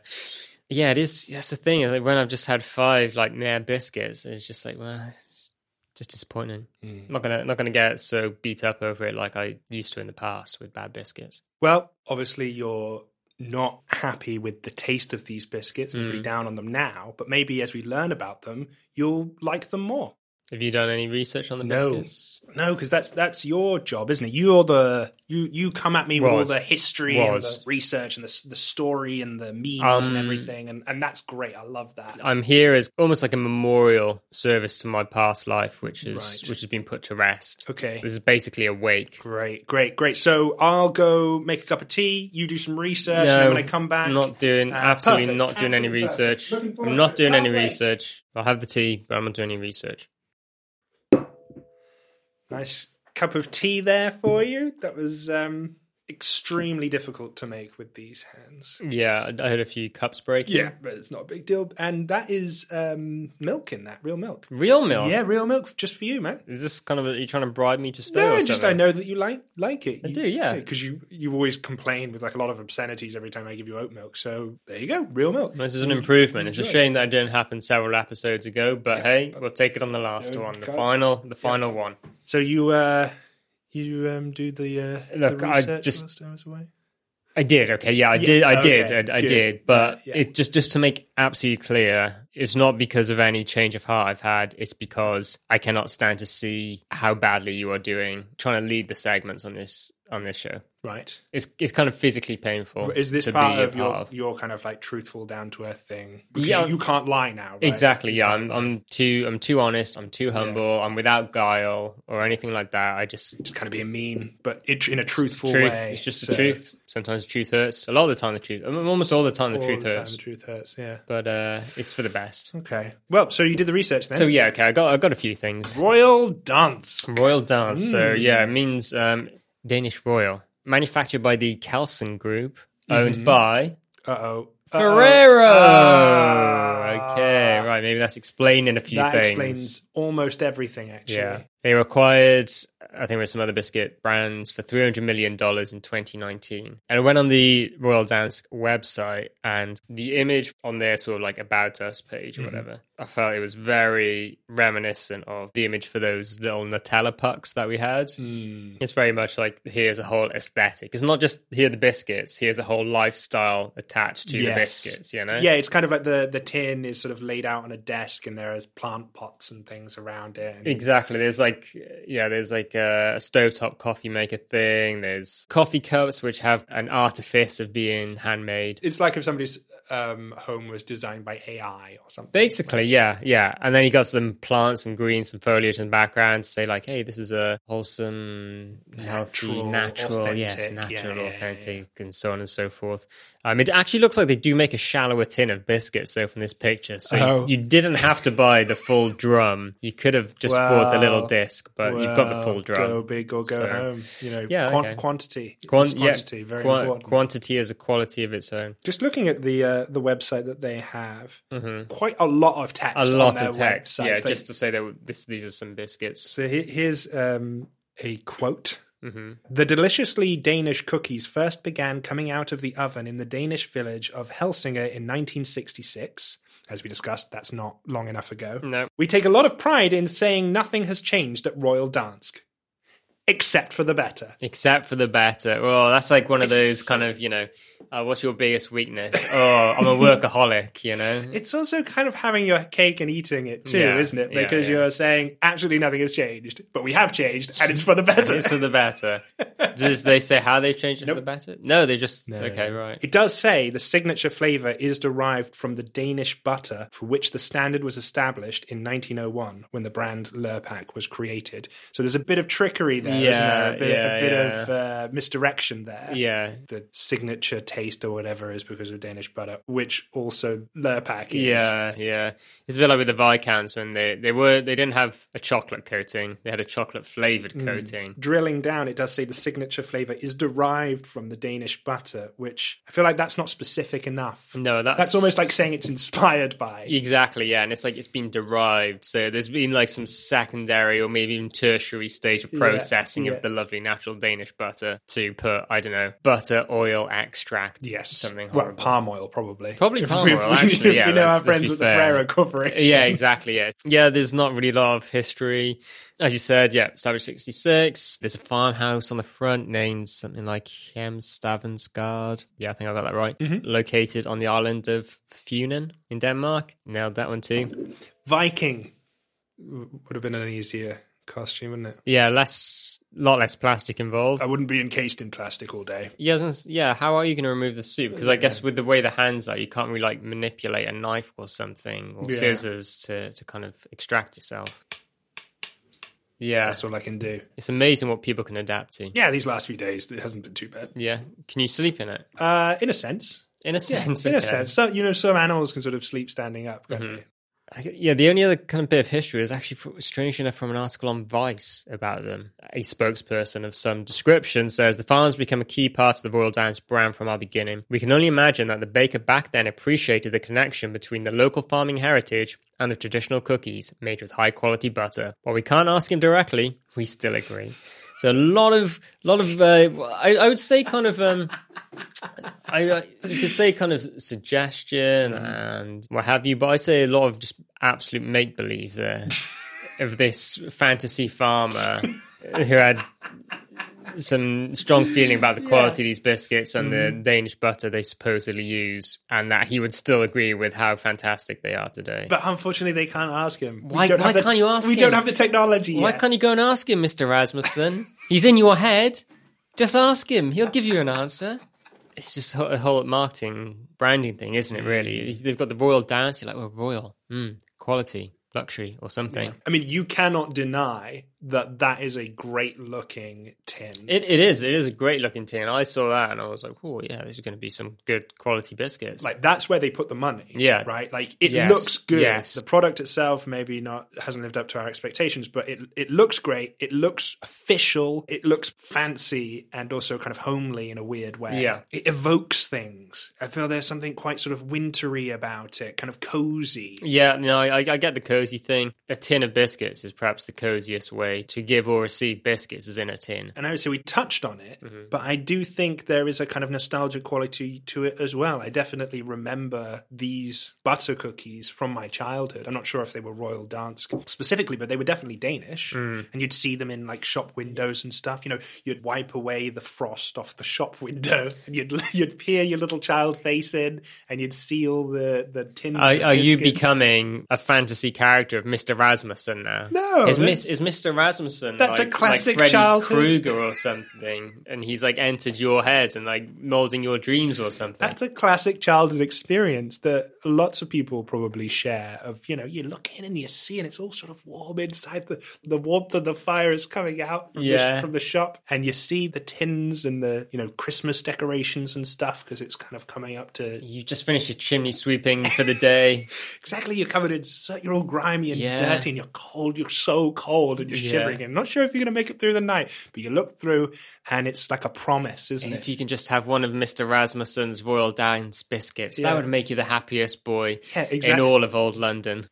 S2: Yeah, it is. That's the thing. is Like when I've just had five like mere biscuits, it's just like, well, it's just disappointing.
S1: Hmm.
S2: Not gonna, not gonna get so beat up over it like I used to in the past with bad biscuits.
S1: Well, obviously you're not happy with the taste of these biscuits and
S2: Mm.
S1: pretty down on them now, but maybe as we learn about them, you'll like them more.
S2: Have you done any research on the
S1: No.
S2: biscuits?
S1: No, because that's that's your job, isn't it? You're the you you come at me with all
S2: Was.
S1: the history
S2: Was.
S1: and the research and the s- the story and the memes
S2: Um,
S1: and everything, and and that's great. I love that.
S2: I'm here as almost like a memorial service to my past life, which is
S1: Right.
S2: which has been put to rest.
S1: Okay.
S2: this is basically a wake.
S1: Great, great, great. So I'll go make a cup of tea. You do some research, and then when I come back,
S2: I'm not doing
S1: Uh,
S2: absolutely
S1: perfect,
S2: not doing any
S1: absolutely perfect.
S2: research.
S1: Looking forward
S2: I'm
S1: to
S2: not
S1: it.
S2: doing any
S1: Can't wait.
S2: research. I'll have the tea, but I'm not doing any research.
S1: Nice cup of tea there for you. That was um, extremely difficult to make with these hands.
S2: Yeah, I I had a few cups breaking.
S1: Yeah, but it's not a big deal. And that is um, milk in that, real milk.
S2: real milk.
S1: Yeah, real milk, just for you, man.
S2: is this kind of a, are you trying to bribe me to stay?
S1: No,
S2: or
S1: just I
S2: something?
S1: know that you like like it.
S2: I
S1: You-
S2: do, yeah.
S1: Because you you always complain with like a lot of obscenities every time I give you oat milk. So there you go, real milk.
S2: This is an improvement. It's a shame that it didn't happen several episodes ago, but hey, we'll take it on the last
S1: No
S2: one, the
S1: cut.
S2: final, the final one.
S1: So you uh you um do the uh
S2: Look,
S1: the
S2: I
S1: research
S2: just-
S1: last time I was away.
S2: I did. Okay. Yeah, I did. I
S1: oh, okay,
S2: did. I, I
S1: good. Uh,
S2: did. But
S1: Yeah, yeah.
S2: it just just to make absolutely clear, it's not because of any change of heart I've had. It's because I cannot stand to see how badly you are doing trying to lead the segments on this on this show.
S1: Right.
S2: It's it's kind of physically painful.
S1: Is this
S2: to
S1: part
S2: be a
S1: of your
S2: part of.
S1: your kind of like truthful down to earth thing? Because
S2: Yeah.
S1: you, you can't lie now, right?
S2: Exactly. Yeah, I'm. I'm too. I'm too honest. I'm too humble. I'm without guile or anything like that. I just
S1: Just kind of being mean, but it, in a truthful
S2: truth.
S1: way.
S2: It's just
S1: So-
S2: the truth. Sometimes the truth hurts. A lot of the time, the truth. Almost all the time, the
S1: All
S2: truth
S1: the time,
S2: hurts.
S1: the truth hurts. Yeah.
S2: But uh, it's for the best.
S1: Okay. Well, so you did the research then.
S2: So yeah, okay, I got I got a few things. Hmm.
S1: royal dance.
S2: Royal dance, so yeah, it means um, Danish royal, manufactured by the Mm-hmm. Kelsen Group, owned by
S1: Uh oh.
S2: Ferrero. Oh, okay, right. Maybe that's explaining a few
S1: that
S2: things.
S1: explains almost everything, actually.
S2: Yeah. They were acquired, I think, with some other biscuit brands for $300 million in 2019. And I went on the Royal Dance website and the image on their sort of like About Us page or
S1: Mm-hmm.
S2: whatever, I felt it was very reminiscent of the image for those little Nutella pucks that we had.
S1: Hmm.
S2: It's very much like here's a whole aesthetic. It's not just here are the biscuits, here's a whole lifestyle attached to the
S1: Yes.
S2: biscuits, you know?
S1: Yeah, it's kind of like the the tin is sort of laid out on a desk, and there is plant pots and things around it. And
S2: Exactly. There's like yeah, there's like a, a stovetop coffee maker thing. There's coffee cups which have an artifice of being handmade.
S1: It's like if somebody's um, home was designed by AI or something.
S2: Basically, yeah, yeah. And then you got some plants and greens, some foliage in the background to say like, hey, this is a wholesome, healthy,
S1: Natural,
S2: natural, yes,
S1: authentic.
S2: natural,
S1: Yeah, yeah,
S2: authentic, and so on and so forth. Um, it actually looks like they do make a shallower tin of biscuits though from this picture. So
S1: Oh.
S2: you didn't have to buy the full drum. You could have just bought the little
S1: Well,
S2: disc, but you've got the
S1: Well,
S2: full drum.
S1: Go big or go
S2: So-
S1: home. You know,
S2: Yeah,
S1: quan-
S2: okay.
S1: quantity.
S2: Quan-
S1: It's
S2: yeah,
S1: quantity, very
S2: quan-
S1: important.
S2: Quantity is a quality of its own.
S1: Just looking at the uh, the website that they have, quite a lot of text.
S2: Mm-hmm. A
S1: on
S2: lot
S1: their
S2: of text.
S1: website.
S2: Yeah,
S1: They-
S2: just to say that this, these are some biscuits.
S1: So he- here's um, a quote.
S2: Mm-hmm.
S1: The deliciously Danish cookies first began coming out of the oven in the Danish village of Helsinger in 1966. As we discussed, that's not long enough ago.
S2: No.
S1: We take a lot of pride in saying nothing has changed at Royal Dansk, except for the better.
S2: Except for the better. Well, that's like one of those
S1: It's-
S2: kind of, you know, uh, what's your biggest weakness? Oh, I'm a workaholic, you know?
S1: It's also kind of having your cake and eating it too,
S2: Yeah,
S1: isn't it?
S2: yeah,
S1: Because
S2: yeah.
S1: you're saying absolutely nothing has changed, but we have changed, and it's for the better.
S2: It's for the better. Does they say how they changed it for the better? No, they just, okay, right.
S1: It does say the signature flavour is derived from the Danish butter for which the standard was established in 1901 when the brand Lurpak was created. So there's a bit of trickery there, not
S2: Yeah,
S1: there? A bit,
S2: yeah,
S1: a bit
S2: yeah.
S1: of uh, misdirection there.
S2: yeah.
S1: The signature taste or whatever is because of Danish butter, which also Lurpak is.
S2: Yeah, yeah. It's a bit like with the Viscounts when they, they were they didn't have a chocolate coating. They had a chocolate flavored
S1: Mm.
S2: coating.
S1: Drilling down, it does say the signature flavour is derived from the Danish butter, which I feel like that's not specific enough.
S2: No, that's-
S1: that's almost like saying it's inspired by.
S2: Exactly, yeah, and it's like it's been derived. So there's been like some secondary or maybe even tertiary stage of processing
S1: yeah.
S2: of the lovely natural Danish butter to put I don't know butter, oil, extract,
S1: Yes.
S2: something
S1: Well,
S2: horrible.
S1: palm oil, probably.
S2: Probably palm
S1: We-
S2: oil,
S1: we-
S2: actually, yeah,
S1: we know our
S2: let's- let's
S1: friends
S2: be
S1: at the
S2: fair.
S1: Ferrero Corporation.
S2: yeah, exactly. Yeah, yeah. There's not really a lot of history, as you said. Yeah, established sixty six. There's a farmhouse on the front named something like Hemstavnsgard. Yeah, I think I got that right.
S1: Mm-hmm.
S2: Located on the island of Funen in Denmark. Nailed that one too.
S1: Viking w- would have been an easier costume, wouldn't it?
S2: Yeah, less, lot less plastic involved.
S1: I wouldn't be encased in plastic all day.
S2: Yeah, I was gonna s- yeah. How are you going to remove the soup? Because I guess with the way the hands are, you can't really like manipulate a knife or something or
S1: Yeah.
S2: scissors to to kind of extract yourself. Yeah,
S1: That's all I can do.
S2: it's amazing what people can adapt to.
S1: Yeah, these last few days, it hasn't been too bad.
S2: Yeah. Can you sleep in it?
S1: Uh, in a sense.
S2: In a sense,
S1: In a
S2: okay. Mm-hmm.
S1: sense. So, you know, some animals can sort of sleep standing up, can't they?
S2: I g- yeah. The only other kind of bit of history is actually, fr- strange enough, from an article on Vice about them. A spokesperson of some description says the farms become a key part of the Royal Dance brand from our beginning. We can only imagine that the baker back then appreciated the connection between the local farming heritage and the traditional cookies made with high quality butter. While we can't ask him directly, we still agree. So a lot of, lot of, uh, I, I would say, kind of. um I, I you could say kind of suggestion and what have you, but I say a lot of just absolute make believe there of this fantasy farmer who had some strong feeling about the quality of these biscuits and the Danish butter they supposedly use, and that he would still agree with how fantastic they are today.
S1: But unfortunately, they can't ask him. We
S2: Why-
S1: don't
S2: why
S1: have the-
S2: can't you ask
S1: We
S2: him?
S1: don't have the technology
S2: Why
S1: yet.
S2: can't you go and ask him, Mr. Rasmussen? He's in your head. Just ask him. He'll give you an answer. It's just a a whole marketing, branding thing, isn't it, really? It's- They've got the royal hmm, dance. You're like, well, royal, mm, quality, luxury, or something.
S1: I mean, you cannot deny that that is a great looking tin.
S2: It, it is. It is a great looking tin. I saw that and I was like, oh, yeah, this is going to be some good quality biscuits.
S1: like that's where they put the money.
S2: Yeah.
S1: Right? Like it
S2: Yes,
S1: looks good.
S2: yes.
S1: The product itself maybe not hasn't lived up to our expectations, but it it looks great. It looks official. It looks fancy and also kind of homely in a weird way.
S2: Yeah.
S1: It evokes things. I feel there's something quite sort of wintry about it, kind of cozy.
S2: yeah, no, I, I get the cozy thing. A tin of biscuits is perhaps the coziest way to give or receive biscuits is in a tin.
S1: And obviously, we touched on it,
S2: Mm-hmm.
S1: but I do think there is a kind of nostalgia quality to it as well. I definitely remember these butter cookies from my childhood. I'm not sure if they were Royal Dansk specifically, but they were definitely Danish.
S2: Mm.
S1: And you'd see them in like shop windows and stuff. You know, you'd wipe away the frost off the shop window, and you'd you'd peer your little child face in, and you'd see all the the tins.
S2: Are,
S1: of
S2: are you
S1: biscuits.
S2: becoming a fantasy character of Mr. Rasmussen now?
S1: No, that's-
S2: is, Miss, is Mr. Rasmussen
S1: That's a
S2: like,
S1: classic
S2: like Freddy
S1: childhood.
S2: Krueger or something, and he's like entered your head and like molding your dreams or something?
S1: That's a classic childhood experience that lots of people probably share. Of you know, you look in and you see, and it's all sort of warm inside. the The warmth of the fire is coming out from, the,
S2: Yeah.
S1: sh- from the shop, and you see the tins and the you know Christmas decorations and stuff because it's kind of coming up to
S2: you just finished your chimney sweeping for the day.
S1: exactly. You're covered in, so- you're all grimy and
S2: Yeah.
S1: dirty, and you're cold. You're so cold, and you're
S2: Yeah.
S1: shivering. And not sure if you're going to make it through the night, but you look through, and it's like a promise, isn't
S2: And
S1: it?
S2: if you can just have one of Mr. Rasmussen's Royal Dines biscuits,
S1: Yeah.
S2: that would make you the happiest boy
S1: Yeah,
S2: in
S1: exactly.
S2: all of old London.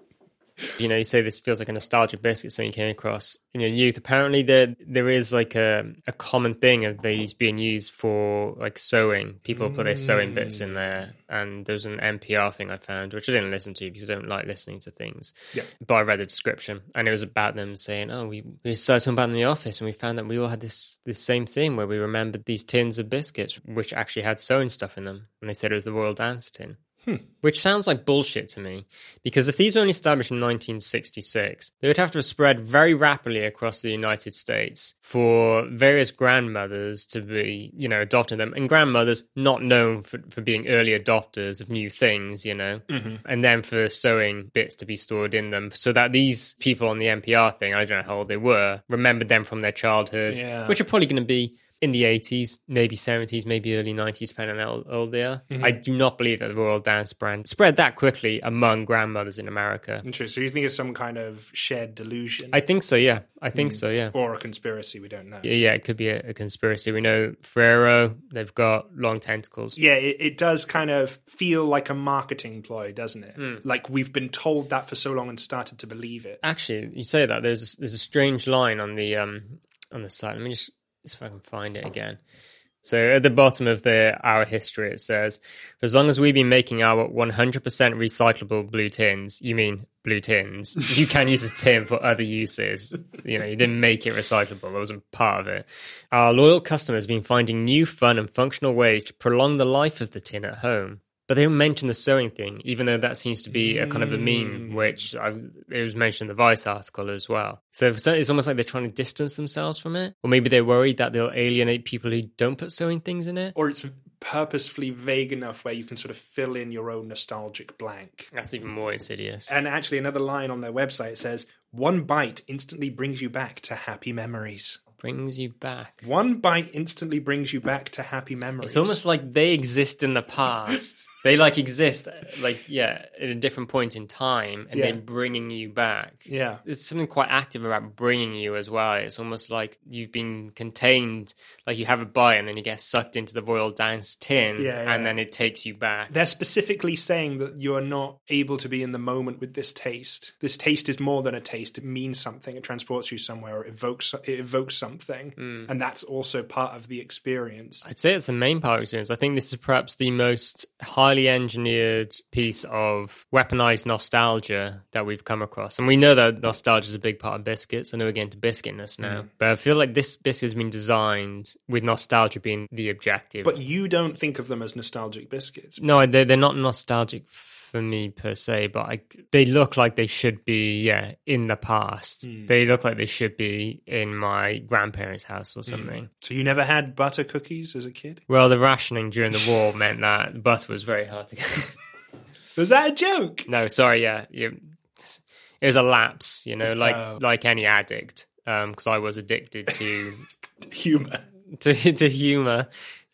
S2: You know, you say this feels like a nostalgia biscuit thing you came across in your youth. Apparently, there there is like a, a common thing of these being used for like sewing. People put their sewing bits in there, and there was an NPR thing I found, which I didn't listen to because I don't like listening to things.
S1: Yeah.
S2: But I read the description, and it was about them saying, "Oh, we we started talking about it in the office, and we found that we all had this this same thing where we remembered these tins of biscuits, which actually had sewing stuff in them." And they said it was the Royal Dance tin. Which sounds like bullshit to me, because if these were only established in 1966, they would have to have spread very rapidly across the United States for various grandmothers to be, you know, adopting them, and grandmothers not known for, for being early adopters of new things, you know, and then for sewing bits to be stored in them, so that these people on the NPR thing, I don't know how old they were, remembered them from their childhoods,
S1: Yeah.
S2: which are probably going to be in the 80s, maybe 70s, maybe early 90s, depending on how old they are. I do not believe that the Royal Dance brand spread that quickly among grandmothers in America.
S1: Interesting. So you think it's some kind of shared delusion?
S2: I think so, yeah. I think so, yeah.
S1: or a conspiracy, we don't know.
S2: Yeah, yeah, it could be a, a conspiracy. We know Ferrero, they've got long tentacles.
S1: yeah, it, it does kind of feel like a marketing ploy, doesn't it?
S2: Hmm.
S1: Like we've been told that for so long and started to believe it.
S2: Actually, you say that there's there's a strange line on the um on the site. Let me just see if I can find it again. So at the bottom of the our history, it says, "For as long as we've been making our 100% recyclable blue tins, you mean blue tins, you can use a tin for other uses. You know, you didn't make it recyclable; that wasn't part of it. Our loyal customers have been finding new, fun, and functional ways to prolong the life of the tin at home." But they don't mention the sewing thing, even though that seems to be a kind of a
S1: Mm.
S2: meme, which i it was mentioned in the Vice article as well. So it's it's almost like they're trying to distance themselves from it, or maybe they're worried that they'll alienate people who don't put sewing things in it.
S1: Or it's purposefully vague enough where you can sort of fill in your own nostalgic blank.
S2: That's even more insidious.
S1: And actually, another line on their website says, one bite instantly brings you back to happy memories.
S2: Brings you back.
S1: One bite instantly brings you back to happy memories.
S2: It's almost like they exist in the past. they like exist, like yeah, at a different point in time, and
S1: Yeah.
S2: then bringing you back.
S1: Yeah.
S2: there's something quite active about bringing you as well. It's almost like you've been contained, like you have a bite and then you get sucked into the royal dance tin,
S1: Yeah, yeah.
S2: and then it takes you back.
S1: They're specifically saying that you are not able to be in the moment with this taste. This taste is more than a taste. It means something. It transports you somewhere or evokes it evokes something.
S2: Hmm.
S1: And that's also part of the experience.
S2: I'd say it's the main part of experience. I think this is perhaps the most highly engineered piece of weaponized nostalgia that we've come across. And we know that nostalgia is a big part of biscuits. I know we're getting to biscuitness
S1: Mm.
S2: now, but I feel like this biscuit has been designed with nostalgia being the objective.
S1: But you don't think of them as nostalgic biscuits.
S2: No, they're, they're not nostalgic for me per se, but I, they look like they should be, yeah, in the past. They look like they should be in my grandparents' house or something.
S1: So you never had butter cookies as a kid?
S2: Well, the rationing during the war meant that butter was very hard to get.
S1: Was that a joke?
S2: no, sorry, yeah. You, it was a lapse, you know, like like any addict. because I was addicted to
S1: humor.
S2: to to humor.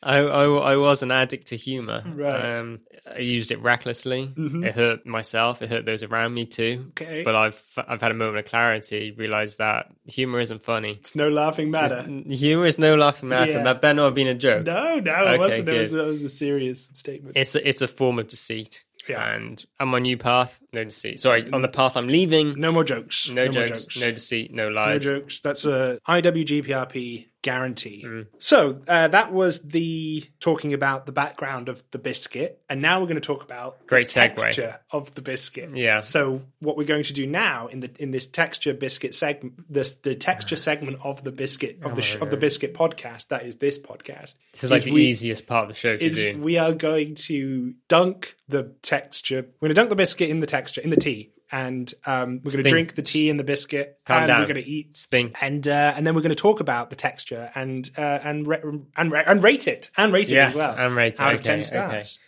S2: I, I, I was an addict to humor.
S1: Right. Mm-hmm.
S2: Um, I used it recklessly. It hurt myself. It hurt those around me too.
S1: Okay.
S2: But I've I've had a moment of clarity. Realized that humor isn't funny.
S1: It's no laughing matter.
S2: Humor is no laughing matter.
S1: Yeah.
S2: That better not have been a joke.
S1: No, no,
S2: Okay,
S1: it wasn't. It was,
S2: good.
S1: it was a serious statement.
S2: It's a, it's a form of deceit.
S1: Yeah.
S2: And on my new path, no deceit. Sorry, on the path I'm leaving,
S1: no more jokes.
S2: no,
S1: more
S2: jokes, no deceit, no lies.
S1: No jokes. That's a IWGPRP guarantee.
S2: Mm.
S1: So uh, that was the talking about the background of the biscuit, and now we're going to talk about
S2: Great
S1: the
S2: segue.
S1: texture of the biscuit.
S2: Yeah.
S1: So what we're going to do now in the in this texture biscuit segment, this the texture segment of the biscuit of the sh- of the biscuit podcast that is this podcast.
S2: this is like the
S1: we-
S2: easiest part of the show to
S1: is
S2: do.
S1: we are going to dunk the texture. We're going to dunk the biscuit in the texture in the tea, and um, we're going to
S2: Stink.
S1: drink the tea and the biscuit,
S2: Calm
S1: and
S2: down.
S1: we're going to eat
S2: Stink.
S1: and uh, and then we're going to talk about the texture and uh, and re- and re- and rate it and rate it
S2: Yes,
S1: as well.
S2: and rate it.
S1: out of
S2: Okay,
S1: ten stars.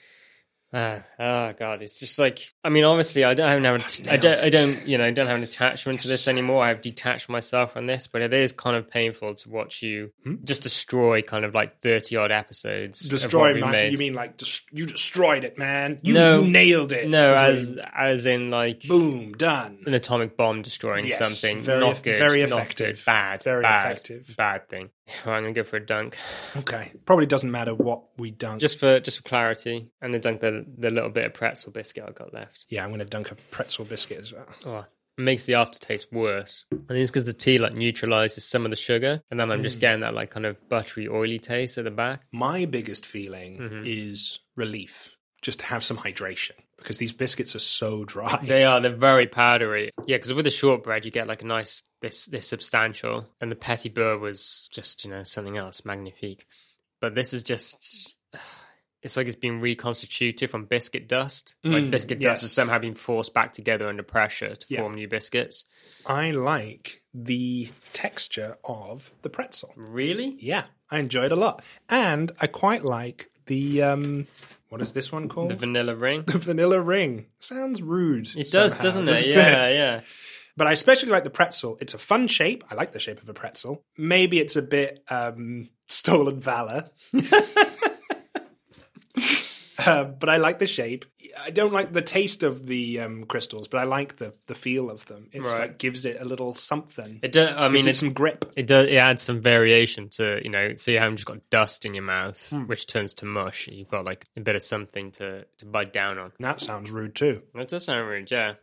S2: Ah, oh god, it's just like I mean, obviously, I don't have an, I don't, I don't, you know, I don't have an attachment to this anymore. I've detached myself from this, but it is kind of painful to watch you
S1: Hmm?
S2: just destroy kind of like thirty odd episodes. of what
S1: Destroy
S2: we
S1: my.
S2: made.
S1: You mean like des- you destroyed it, man? You,
S2: No.
S1: you nailed it.
S2: no,
S1: That's
S2: as as in like
S1: what you- boom done.
S2: an atomic bomb destroying
S1: Yes,
S2: something.
S1: very
S2: not
S1: eff-
S2: good,
S1: very
S2: not
S1: effective.
S2: good, bad,
S1: Very
S2: bad,
S1: effective.
S2: bad thing. Well, I'm gonna go for a dunk.
S1: Okay, probably doesn't matter what we dunk.
S2: Just for just for clarity, and then dunk the the little bit of pretzel biscuit I got left.
S1: yeah, I'm going to dunk a pretzel biscuit as well.
S2: Oh, it makes the aftertaste worse. I think it's because the tea like neutralizes some of the sugar, and then I'm just getting that like kind of buttery, oily taste at the back.
S1: My biggest feeling
S2: Mm-hmm.
S1: is relief. Just to have some hydration because these biscuits are so dry.
S2: They are they're very powdery. Yeah, because with the shortbread you get like a nice this this substantial, and the petit beurre was just you know something else magnifique. But this is just. It's like it's been reconstituted from biscuit dust. like
S1: Mm,
S2: biscuit dust has
S1: yes.
S2: somehow been forced back together under pressure to
S1: Yeah.
S2: form new biscuits.
S1: I like the texture of the pretzel.
S2: Really?
S1: Yeah, I enjoyed a lot, and I quite like the um, what is this one called?
S2: The vanilla ring?
S1: The vanilla ring sounds rude.
S2: It does,
S1: somehow,
S2: doesn't it? Yeah, yeah.
S1: But I especially like the pretzel. It's a fun shape. I like the shape of a pretzel. Maybe it's a bit um, stolen valor. Uh, but I like the shape. I don't like the taste of the um, crystals, but I like the the feel of them. It's
S2: Right.
S1: like gives it a little something.
S2: It does. I mean,
S1: gives it
S2: it's
S1: some grip.
S2: It does. It adds some variation to you know. So you haven't just got dust in your mouth,
S1: Hmm.
S2: which turns to mush. You've got like a bit of something to to bite down on.
S1: That sounds rude too.
S2: That does sound rude, yeah.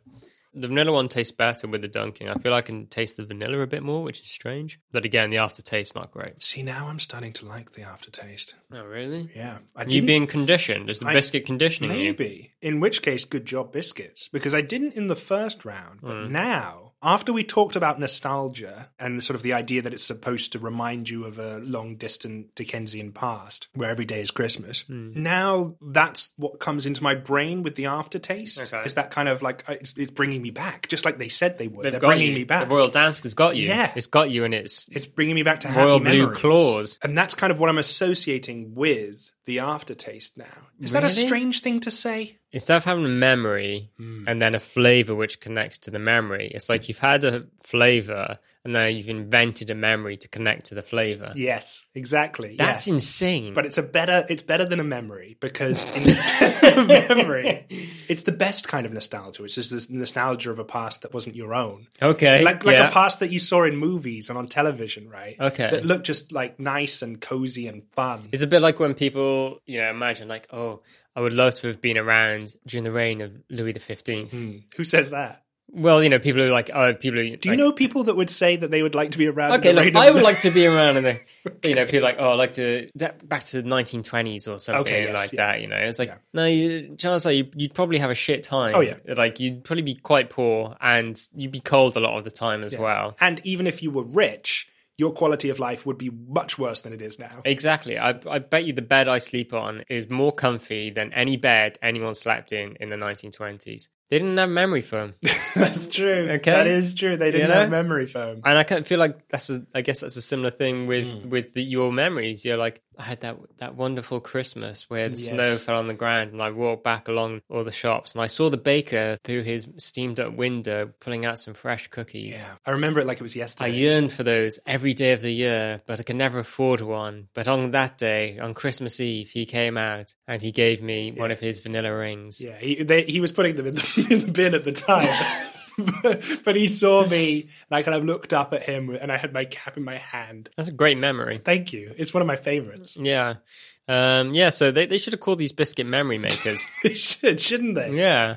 S2: The vanilla one tastes better with the dunking. I feel I can taste the vanilla a bit more, which is strange. But again, the aftertaste not great.
S1: See, now I'm starting to like the aftertaste.
S2: Oh really?
S1: Yeah, I
S2: You
S1: didn't-
S2: being conditioned? Is the
S1: I-
S2: biscuit conditioning you?
S1: maybe. In which case, good job, biscuits, because I didn't in the first round. But
S2: Mm.
S1: now, after we talked about nostalgia and the sort of the idea that it's supposed to remind you of a long distant Dickensian past where every day is Christmas,
S2: Mm.
S1: now that's what comes into my brain with the aftertaste.
S2: Okay.
S1: Is that kind of like uh, it's, it's bringing me back, just like they said they would.
S2: They've
S1: They're
S2: got
S1: bringing
S2: you.
S1: me back.
S2: The Royal Dansk has got you.
S1: Yeah.
S2: it's got you, and it's
S1: It's bringing me back to
S2: Royal
S1: happy
S2: Blue
S1: memories.
S2: Claws.
S1: And that's kind of what I'm associating with the aftertaste now. Is that a
S2: Really?
S1: strange thing to say?
S2: instead of having a memory
S1: Hmm.
S2: and then a flavor which connects to the memory, it's like you've had a flavor and now you've invented a memory to connect to the flavor.
S1: Yes, exactly.
S2: That's
S1: yeah.
S2: insane.
S1: but it's a better it's better than a memory because instead of memory, it's the best kind of nostalgia, which is this nostalgia of a past that wasn't your own.
S2: okay,
S1: Like like
S2: yeah.
S1: a past that you saw in movies and on television, right?
S2: Okay.
S1: That looked just like nice and cozy and fun.
S2: It's a bit like when people, you know, imagine like, oh, I would love to have been around during the reign of Louis the Fifteenth.
S1: Who says that?
S2: Well, you know, people who like, oh, people who
S1: Hmm. Do you know people that would say that they would like to be around?
S2: Okay,
S1: the
S2: look,
S1: reign
S2: I
S1: of-
S2: would like to be around in the, you know, people like, oh, I'd like to da- back to the 1920s or something
S1: Okay, yes,
S2: like
S1: yeah.
S2: that. You know, it's like, no, you, chances are you, you'd probably have a shit time.
S1: Oh, yeah.
S2: like you'd probably be quite poor and you'd be cold a lot of the time as well.
S1: And even if you were rich, your quality of life would be much worse than it is now.
S2: Exactly. I, I bet you the bed I sleep on is more comfy than any bed anyone slept in in the 1920s. They didn't have memory foam,
S1: That's true.
S2: Okay.
S1: That is true. They didn't
S2: You know?
S1: have memory foam.
S2: and I kind of feel like that's. A, I guess that's a similar thing with
S1: Mm.
S2: with the, your memories. You're like, I had that that wonderful Christmas where the snow
S1: Yes.
S2: fell on the ground, and I walked back along all the shops, and I saw the baker through his steamed up window pulling out some fresh cookies.
S1: Yeah. I remember it like it was yesterday.
S2: I yearn for those every day of the year, but I can never afford one. But on that day, on Christmas Eve, he came out and he gave me one of his vanilla rings.
S1: Yeah, he, they, he was putting them in the, in the bin at the time. but, but he saw me, and I kind of looked up at him, and I had my cap in my hand.
S2: That's a great memory.
S1: Thank you. It's one of my favorites.
S2: Yeah. Um, yeah, so they, they should have called these biscuit memory makers.
S1: They should, shouldn't they?
S2: yeah.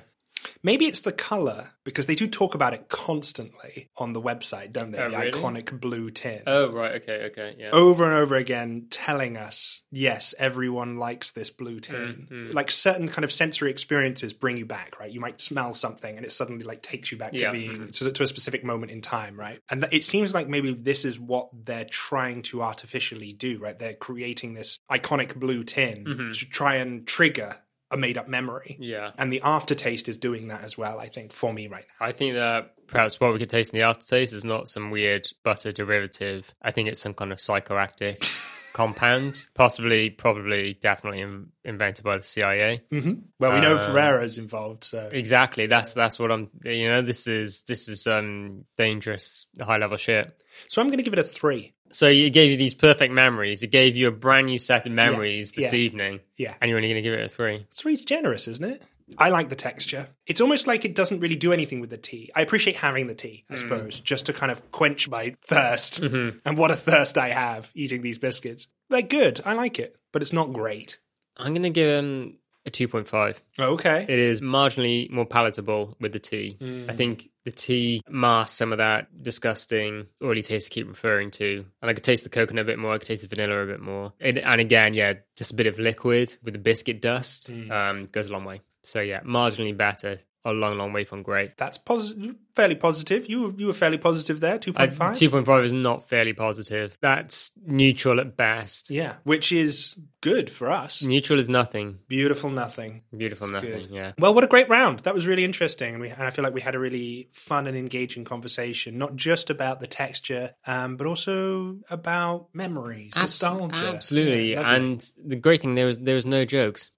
S1: Maybe it's the color, because they do talk about it constantly on the website, don't they?
S2: Oh,
S1: the
S2: really?
S1: iconic blue tin.
S2: Oh, right. Okay. Okay. Yeah.
S1: over and over again telling us, yes, everyone likes this blue tin.
S2: Mm-hmm.
S1: Like certain kind of sensory experiences bring you back, right? You might smell something and it suddenly like takes you back to
S2: Yeah.
S1: being to, to a specific moment in time, right? And th- it seems like maybe this is what they're trying to artificially do, right? They're creating this iconic blue tin to try and trigger a made up memory.
S2: Mm-hmm. Yeah.
S1: And the aftertaste is doing that as well, I think, for me right now.
S2: I think that perhaps what we could taste in the aftertaste is not some weird butter derivative. I think it's some kind of psychoactive compound, possibly, probably, definitely in- invented by the CIA.
S1: Mm. Well, we know
S2: Uh.
S1: Ferrero's involved, so
S2: Exactly. That's that's what I'm. You know, this is this is um dangerous high level shit.
S1: so I'm going to give it a three.
S2: So it gave you these perfect memories. It gave you a brand new set of memories this
S1: yeah.
S2: evening.
S1: Yeah.
S2: and you're only going to give it a three.
S1: Three's generous, isn't it? I like the texture. It's almost like it doesn't really do anything with the tea. I appreciate having the tea, I suppose, just to kind of quench my thirst. And what a thirst I have eating these biscuits. They're good. I like it, but it's not great.
S2: I'm going to give him a two point five.
S1: Okay.
S2: It is marginally more palatable with the tea.
S1: Mm.
S2: I think the tea masks some of that disgusting oily taste I keep referring to. And I could taste the coconut a bit more. I could taste the vanilla a bit more. And, and again, yeah, just a bit of liquid with the biscuit dust
S1: Mm.
S2: um, goes a long way. So yeah, marginally better. A long, long way from great.
S1: That's posi- fairly positive. You were, you were fairly positive there, 2.5.
S2: Uh, Two point five is not fairly positive. That's neutral at best.
S1: yeah, which is good for us.
S2: Neutral is nothing.
S1: Beautiful nothing.
S2: Beautiful
S1: It's
S2: nothing.
S1: good.
S2: Yeah.
S1: Well, what a great round. That was really interesting. And, we, and I feel like we had a really fun and engaging conversation, not just about the texture, um, but also about memories,
S2: Abs-
S1: nostalgia.
S2: Absolutely.
S1: Yeah, lovely.
S2: and the great thing there was there was no jokes.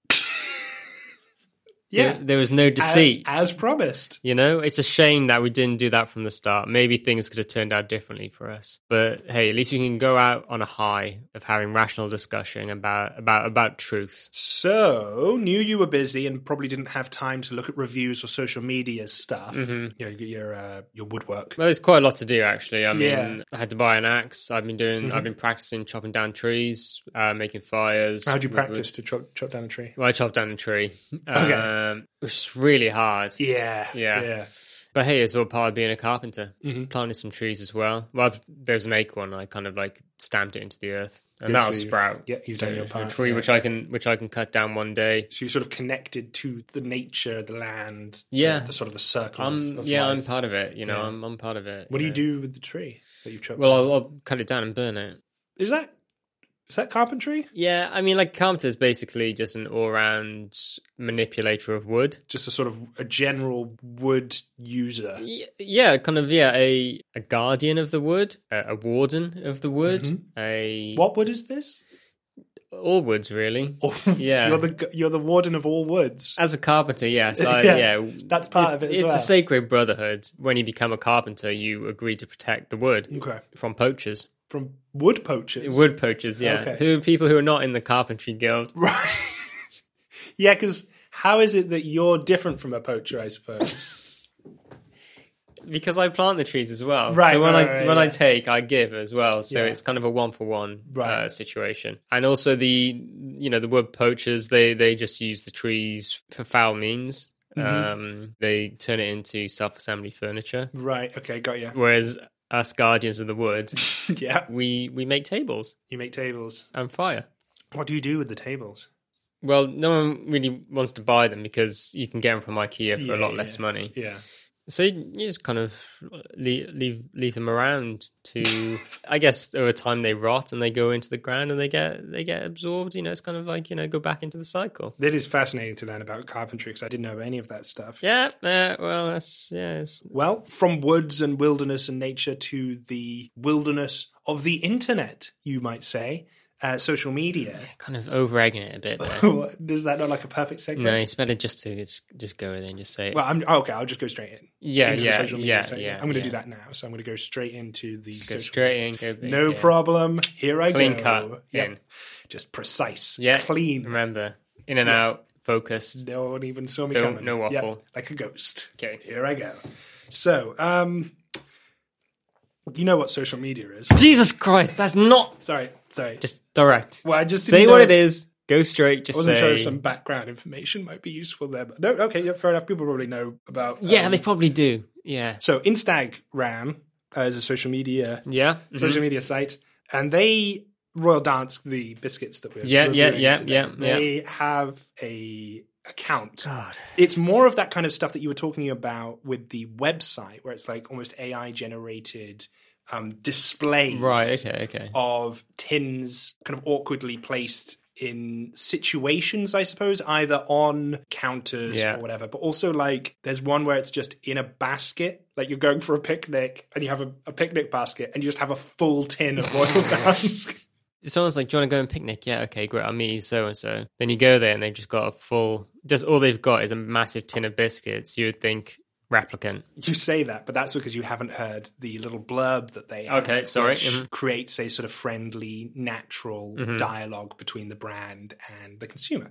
S1: yeah.
S2: There, there was no
S1: A-
S2: deceit.
S1: As, promised.
S2: you know, it's a shame that we didn't do that from the start. Maybe things could have turned out differently for us. But hey, at least we can go out on a high of having rational discussion about about about truth.
S1: So, knew you were busy and probably didn't have time to look at reviews or social media stuff.
S2: Mm-hmm.
S1: Your your uh, your woodwork.
S2: Well, there's quite a lot to do actually. I mean,
S1: Yeah. Mm-hmm.
S2: I had to buy an axe. I've been doing. I've been practicing chopping down trees, uh, making fires.
S1: How'd you
S2: With- with-
S1: practice to chop, chop down a tree?
S2: Well, I chopped down a tree.
S1: Okay.
S2: Um, it was really hard.
S1: Yeah, Mm-hmm.
S2: Yeah. But hey, it's all part of being a carpenter. Planted some trees as well. Well, there's an acorn. I kind of like stamped it into the earth, and
S1: Good,
S2: that'll
S1: so you-
S2: sprout.
S1: yeah, you've done
S2: to
S1: your
S2: A
S1: part,
S2: tree
S1: yeah.
S2: which I can which I can cut down one day.
S1: So you sort of connected to the nature, the land, the-
S2: Yeah.
S1: the, sort of the circle.
S2: I'm
S1: of, of
S2: Um, yeah,
S1: life.
S2: I'm part of it. You know,
S1: Yeah.
S2: I'm I'm part of it.
S1: What do you
S2: know.
S1: do with the tree that you've chopped?
S2: Well, I'll, I'll cut it down and burn it.
S1: is that is that carpentry?
S2: Yeah, I mean, like carpenter is basically just an all round manipulator of wood.
S1: Just a sort of a general wood user.
S2: Y- Yeah, kind of yeah, a a guardian of the wood, a, a warden of the wood,
S1: Mm-hmm.
S2: a
S1: What wood is this?
S2: all woods really. Yeah.
S1: you're the gu- you're the warden of all woods.
S2: As a carpenter, yes, I,
S1: Yeah,
S2: Uh, yeah,
S1: that's part of it as
S2: It's
S1: well.
S2: a sacred brotherhood. When you become a carpenter, you agree to protect the wood
S1: Okay.
S2: from poachers,
S1: From wood poachers.
S2: wood poachers. Yeah,
S1: Okay.
S2: who are people who are not in the carpentry guild.
S1: Right. yeah, because how is it that you're different from a poacher? I suppose.
S2: Because I plant the trees as well.
S1: Right,
S2: So when
S1: right,
S2: I
S1: right,
S2: when I
S1: yeah.
S2: take, I give as well. So
S1: Yeah.
S2: it's kind of a one for one
S1: Right.
S2: situation. And also the you know the wood poachers they they just use the trees for foul means.
S1: Mm-hmm.
S2: Um, they turn it into self assembly furniture.
S1: right. Okay. Got you.
S2: Whereas us guardians of the wood,
S1: yeah.
S2: we we make tables
S1: You make tables.
S2: and fire.
S1: What do you do with the tables?
S2: Well, no one really wants to buy them because you can get them from IKEA for a lot less money.
S1: Yeah.
S2: So you you just kind of leave leave, leave them around to, I guess, over time they rot and they go into the ground and they get they get absorbed. You know, it's kind of like you know go back into the cycle.
S1: It is fascinating to learn about carpentry because I didn't know any of that stuff.
S2: Yeah, uh, well, that's yeah. It's,
S1: Well, from woods and wilderness and nature to the wilderness of the internet, you might say, uh, social media.
S2: kind of over egging it a bit. There.
S1: What- Does that not like a perfect segue?
S2: no, it's better just to just, just go there and just say,
S1: Well, I'm oh, okay. I'll just go straight in.
S2: Yeah,
S1: into
S2: yeah,
S1: the social media
S2: yeah,
S1: segment.
S2: yeah,
S1: I'm going to
S2: yeah.
S1: do that now. So I'm going to go straight into the
S2: go
S1: social.
S2: straight in, go big,
S1: No
S2: yeah.
S1: problem. Here I
S2: Clean
S1: go.
S2: cut,
S1: Yep.
S2: in.
S1: Just precise.
S2: Yeah,
S1: Clean.
S2: Remember, in and out, focused.
S1: No one even saw me
S2: Don't-
S1: coming.
S2: no
S1: Yep,
S2: waffle.
S1: Like a ghost.
S2: Okay.
S1: Here I go. So, um, you know what social media is.
S2: Jesus Christ, that's not
S1: Sorry. Sorry.
S2: just direct.
S1: Well, I just
S2: say
S1: didn't
S2: what
S1: know-
S2: it is. Go straight. Just
S1: I wasn't
S2: say.
S1: sure if some background information might be useful there, but no, okay, yeah, fair enough. People probably know about.
S2: yeah,
S1: um,
S2: they probably do. Yeah.
S1: so Instagram uh, is a social media
S2: Yeah. Mm-hmm.
S1: social media site, and they Royal Dance the biscuits that we're
S2: Yeah, yeah,
S1: reviewing
S2: yeah,
S1: today,
S2: yeah, yeah.
S1: They have a account. It's more of that kind of stuff that you were talking about with the website, where it's like almost AI generated um, displays,
S2: Right. Okay. Okay.
S1: Oh. of tins kind of awkwardly placed in situations, I suppose, either on counters
S2: Yeah.
S1: or whatever. But also, like, there's one where it's just in a basket. Like, you're going for a picnic and you have a, a picnic basket and you just have a full tin of
S2: Oh
S1: Royal Dance.
S2: Someone's like, "Do you want to go and picnic?" Yeah. Okay. Great. I'll meet you so and so. Then you go there, and they've just got a full. Just all they've got is a massive tin of biscuits. You would think replicant.
S1: you say that, but that's because you haven't heard the little blurb that they have,
S2: Okay, sorry,
S1: which
S2: mhm. Mm-hmm.
S1: creates a sort of friendly, natural dialogue between the brand and the consumer.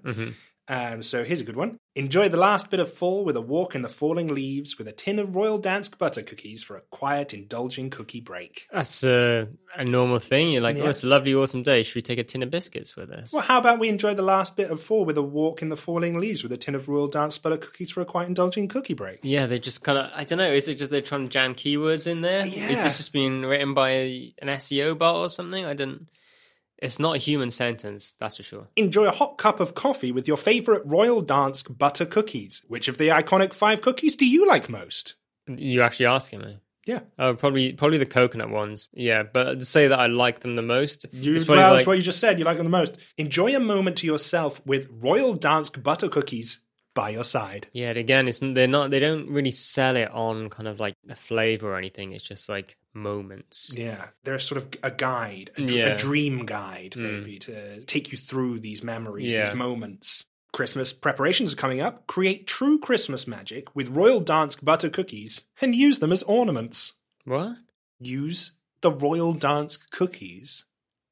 S1: Um, so here's a good one. Enjoy the last bit of fall with a walk in the falling leaves with a tin of Royal Dansk butter cookies for a quiet, indulging cookie break.
S2: That's a, a normal thing. You're like, "Oh, it's a lovely autumn day. Should we take a tin of biscuits with us?"
S1: Well, how about we enjoy the last bit of fall with a walk in the falling leaves with a tin of Royal Dansk butter cookies for a quiet, indulging cookie break?
S2: Yeah, they just kind of. I don't know. Is it just they're trying to jam keywords in there? Is
S1: Yeah.
S2: this just being written by a, an SEO bot or something? I didn't. It's not a human sentence, that's for sure.
S1: Enjoy a hot cup of coffee with your favorite Royal Dansk butter cookies. Which of the iconic five cookies do you like most?
S2: You actually asking me?
S1: Yeah.
S2: Oh, probably probably the coconut ones. Yeah, but to say that I like them the most,
S1: You,
S2: it's
S1: well,
S2: probably
S1: that's
S2: like-
S1: what you just said. You like them the most. Enjoy a moment to yourself with Royal Dansk butter cookies by your side.
S2: yeah. and Again, it's they're not. They don't really sell it on kind of like a flavor or anything. It's just like moments.
S1: Yeah. They're sort of a guide, a, dr-
S2: Yeah. Hmm.
S1: a dream guide, maybe, to take you through these memories,
S2: Yeah.
S1: these moments. Christmas preparations are coming up. Create true Christmas magic with Royal Dansk butter cookies and use them as ornaments.
S2: What?
S1: Use the Royal Dansk cookies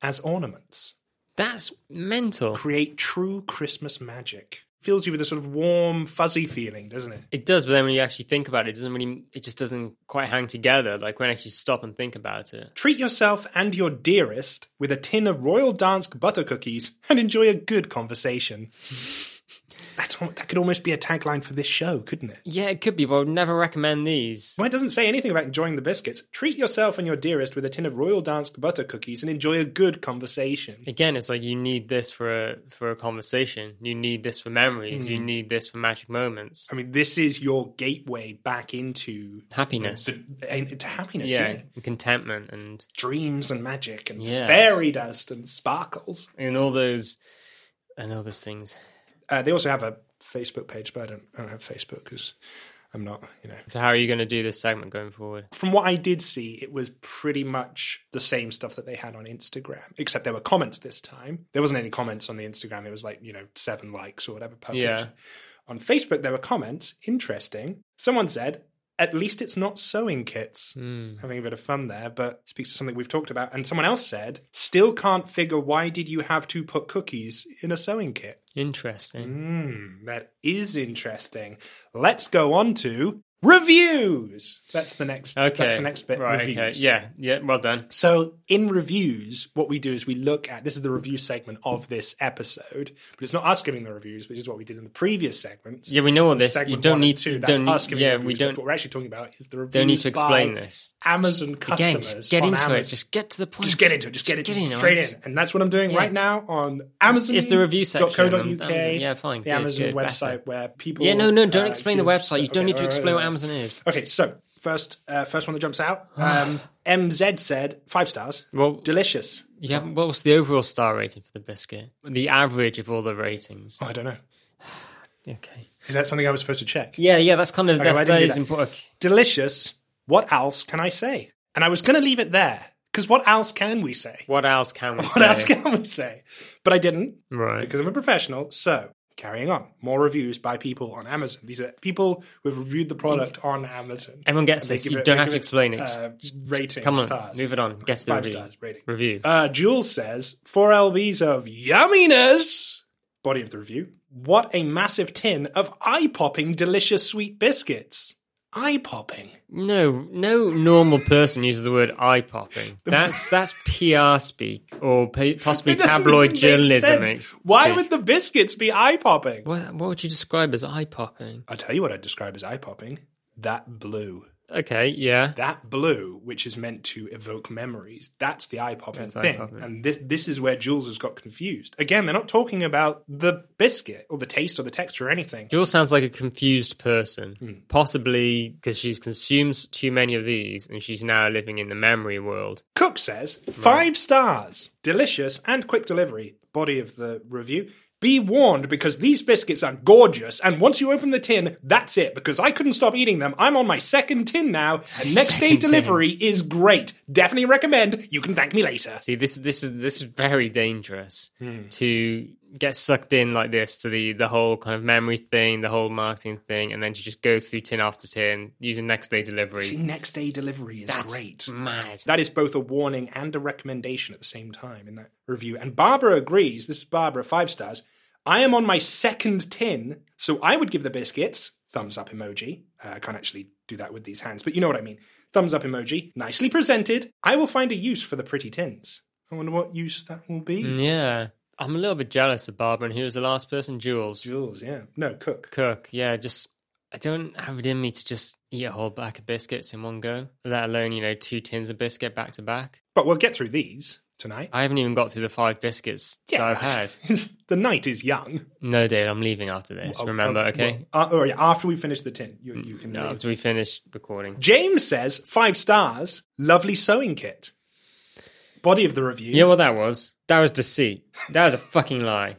S1: as ornaments.
S2: That's mental.
S1: Create true Christmas magic. Fills you with a sort of warm, fuzzy feeling, doesn't it?
S2: It does, but then when you actually think about it, it doesn't really. It just doesn't quite hang together. Like when I actually stop and think about it.
S1: Treat yourself and your dearest with a tin of Royal Dansk butter cookies and enjoy a good conversation. That's al- that could almost be a tagline for this show, couldn't it?
S2: Yeah, it could be, but I would never recommend these.
S1: Well, it doesn't say anything about enjoying the biscuits. Treat yourself and your dearest with a tin of Royal Dansk butter cookies and enjoy a good conversation.
S2: Again, it's like you need this for a for a conversation. You need this for memories.
S1: Hmm.
S2: You need this for magic moments.
S1: I mean, this is your gateway back into
S2: Happiness.
S1: the- the- into happiness,
S2: yeah,
S1: yeah.
S2: and contentment and
S1: dreams and magic and
S2: Yeah.
S1: fairy dust and sparkles.
S2: and all those and all those things.
S1: Uh, they also have a Facebook page, but I don't, I don't have Facebook because I'm not, you know.
S2: So how are you going to do this segment going forward?
S1: From what I did see, it was pretty much the same stuff that they had on Instagram, except there were comments this time. There wasn't any comments on the Instagram. It was like, you know, seven likes or whatever per
S2: Yeah.
S1: picture. On Facebook, there were comments. Interesting. Someone said, at least it's not sewing kits. Having a bit of fun there, but speaks to something we've talked about. And someone else said, still can't figure why did you have to put cookies in a sewing kit?
S2: Interesting.
S1: Hmm, that is interesting. Let's go on to reviews. That's the next.
S2: Okay,
S1: That's the next bit.
S2: Right.
S1: reviews.
S2: Okay. Yeah. Yeah. Well done.
S1: So in reviews, what we do is we look at this is the review segment of this episode, but it's not us giving the reviews, which is what we did in the previous segments.
S2: Yeah, we know all this.
S1: Segment
S2: You don't
S1: one and
S2: need
S1: two,
S2: you
S1: That's
S2: don't
S1: us
S2: need-
S1: giving
S2: yeah,
S1: the
S2: we
S1: reviews,
S2: don't-
S1: but What we're actually talking about is the reviews.
S2: Don't need to explain
S1: by
S2: this.
S1: Amazon customers.
S2: Again, just get
S1: on
S2: into
S1: Amazon.
S2: it. Just get to the point.
S1: Just get into it. Just get into it.
S2: in,
S1: straight
S2: alright?
S1: in.
S2: Just-
S1: And that's what I'm doing
S2: Yeah.
S1: right now on Amazon.
S2: It's the review
S1: dot co
S2: section
S1: dot
S2: on
S1: UK,
S2: Amazon. Yeah, fine,
S1: The
S2: good,
S1: Amazon
S2: good,
S1: website
S2: better.
S1: where people.
S2: Yeah, no, no, don't
S1: uh,
S2: explain the
S1: give
S2: website.
S1: stu-
S2: You don't
S1: okay,
S2: need to
S1: alright,
S2: explain what
S1: alright,
S2: Amazon is.
S1: Okay, so first, uh, first one that jumps out. Um, MZ said five stars.
S2: Well-
S1: delicious.
S2: Yeah, what was the overall star rating for the biscuit? The average of all the ratings.
S1: Oh, I don't know.
S2: Okay.
S1: Is that something I was supposed to check?
S2: Yeah, yeah, that's kind of
S1: Okay, well, I
S2: that's,
S1: didn't
S2: that
S1: do
S2: is
S1: that.
S2: important.
S1: Delicious. What else can I say? And I was going to leave it there because what else can we say?
S2: What else can we
S1: What
S2: say?
S1: else can we say? But I didn't.
S2: Right.
S1: Because I'm a professional. So carrying on. More reviews by people on Amazon. These are people who have reviewed the product on Amazon.
S2: Everyone gets
S1: And they
S2: this.
S1: give
S2: You
S1: it-
S2: don't
S1: they
S2: have
S1: give
S2: to
S1: it,
S2: explain it.
S1: Uh, rating
S2: Come on,
S1: stars.
S2: move it on. Get to the
S1: Five
S2: review.
S1: stars rating.
S2: Review.
S1: Uh, Jules says, four LBs of yumminess. Body of the review. What a massive tin of eye popping delicious sweet biscuits. Eye popping.
S2: No, no normal person uses the word eye popping. That's that's PR speak or pa- possibly
S1: It doesn't even
S2: tabloid
S1: make
S2: journalism.
S1: sense.
S2: ex-
S1: Why
S2: speak.
S1: would the biscuits be eye popping?
S2: What, what would you describe as eye popping?
S1: I'll tell you what I'd describe as eye popping that blue.
S2: Okay, yeah.
S1: That blue, which is meant to evoke memories, that's the eye popping
S2: That's
S1: thing.
S2: eye-popping.
S1: And this, this is where Jules has got confused. Again, they're not talking about the biscuit or the taste or the texture or anything.
S2: Jewel sounds like a confused person, possibly because she's consumed too many of these and she's now living in the memory world.
S1: Cook says five stars, delicious and quick delivery. Body of the review. Be warned because these biscuits are gorgeous, and once you open the tin, that's it. Because I couldn't stop eating them. I'm on my second tin now, and next day
S2: Second tin.
S1: delivery is great. Definitely recommend. You can thank me later.
S2: See, this this is this is very dangerous to get sucked in like this to the the whole kind of memory thing, the whole marketing thing, and then to just go through tin after tin using next day delivery.
S1: See, next day delivery is
S2: That's
S1: great.
S2: mad.
S1: That is both a warning and a recommendation at the same time in that review. And Barbara agrees. This is Barbara, five stars. I am on my second tin, so I would give the biscuits thumbs up emoji. Uh, I can't actually do that with these hands, but you know what I mean. Thumbs up emoji. Nicely presented. I will find a use for the pretty tins. I wonder what use that will be.
S2: Mm. yeah, I'm a little bit jealous of Barbara, and who was the last person? Jules.
S1: Jules, yeah. No, Cook.
S2: Cook, yeah, just I don't have it in me to just eat a whole bag of biscuits in one go, let alone, you know, two tins of biscuit back to back.
S1: But we'll get through these tonight.
S2: I haven't even got through the five biscuits that I've had.
S1: the night is young.
S2: No, Dave, I'm leaving after this.
S1: Oh,
S2: remember,
S1: oh,
S2: okay?
S1: well, uh, oh, yeah, after we finish the tin, you, you can.
S2: Eh. Mm, No,
S1: leave.
S2: after we finish recording.
S1: James says five stars, lovely sewing kit. Body of the review.
S2: You know what that was? That was deceit. That was a fucking lie.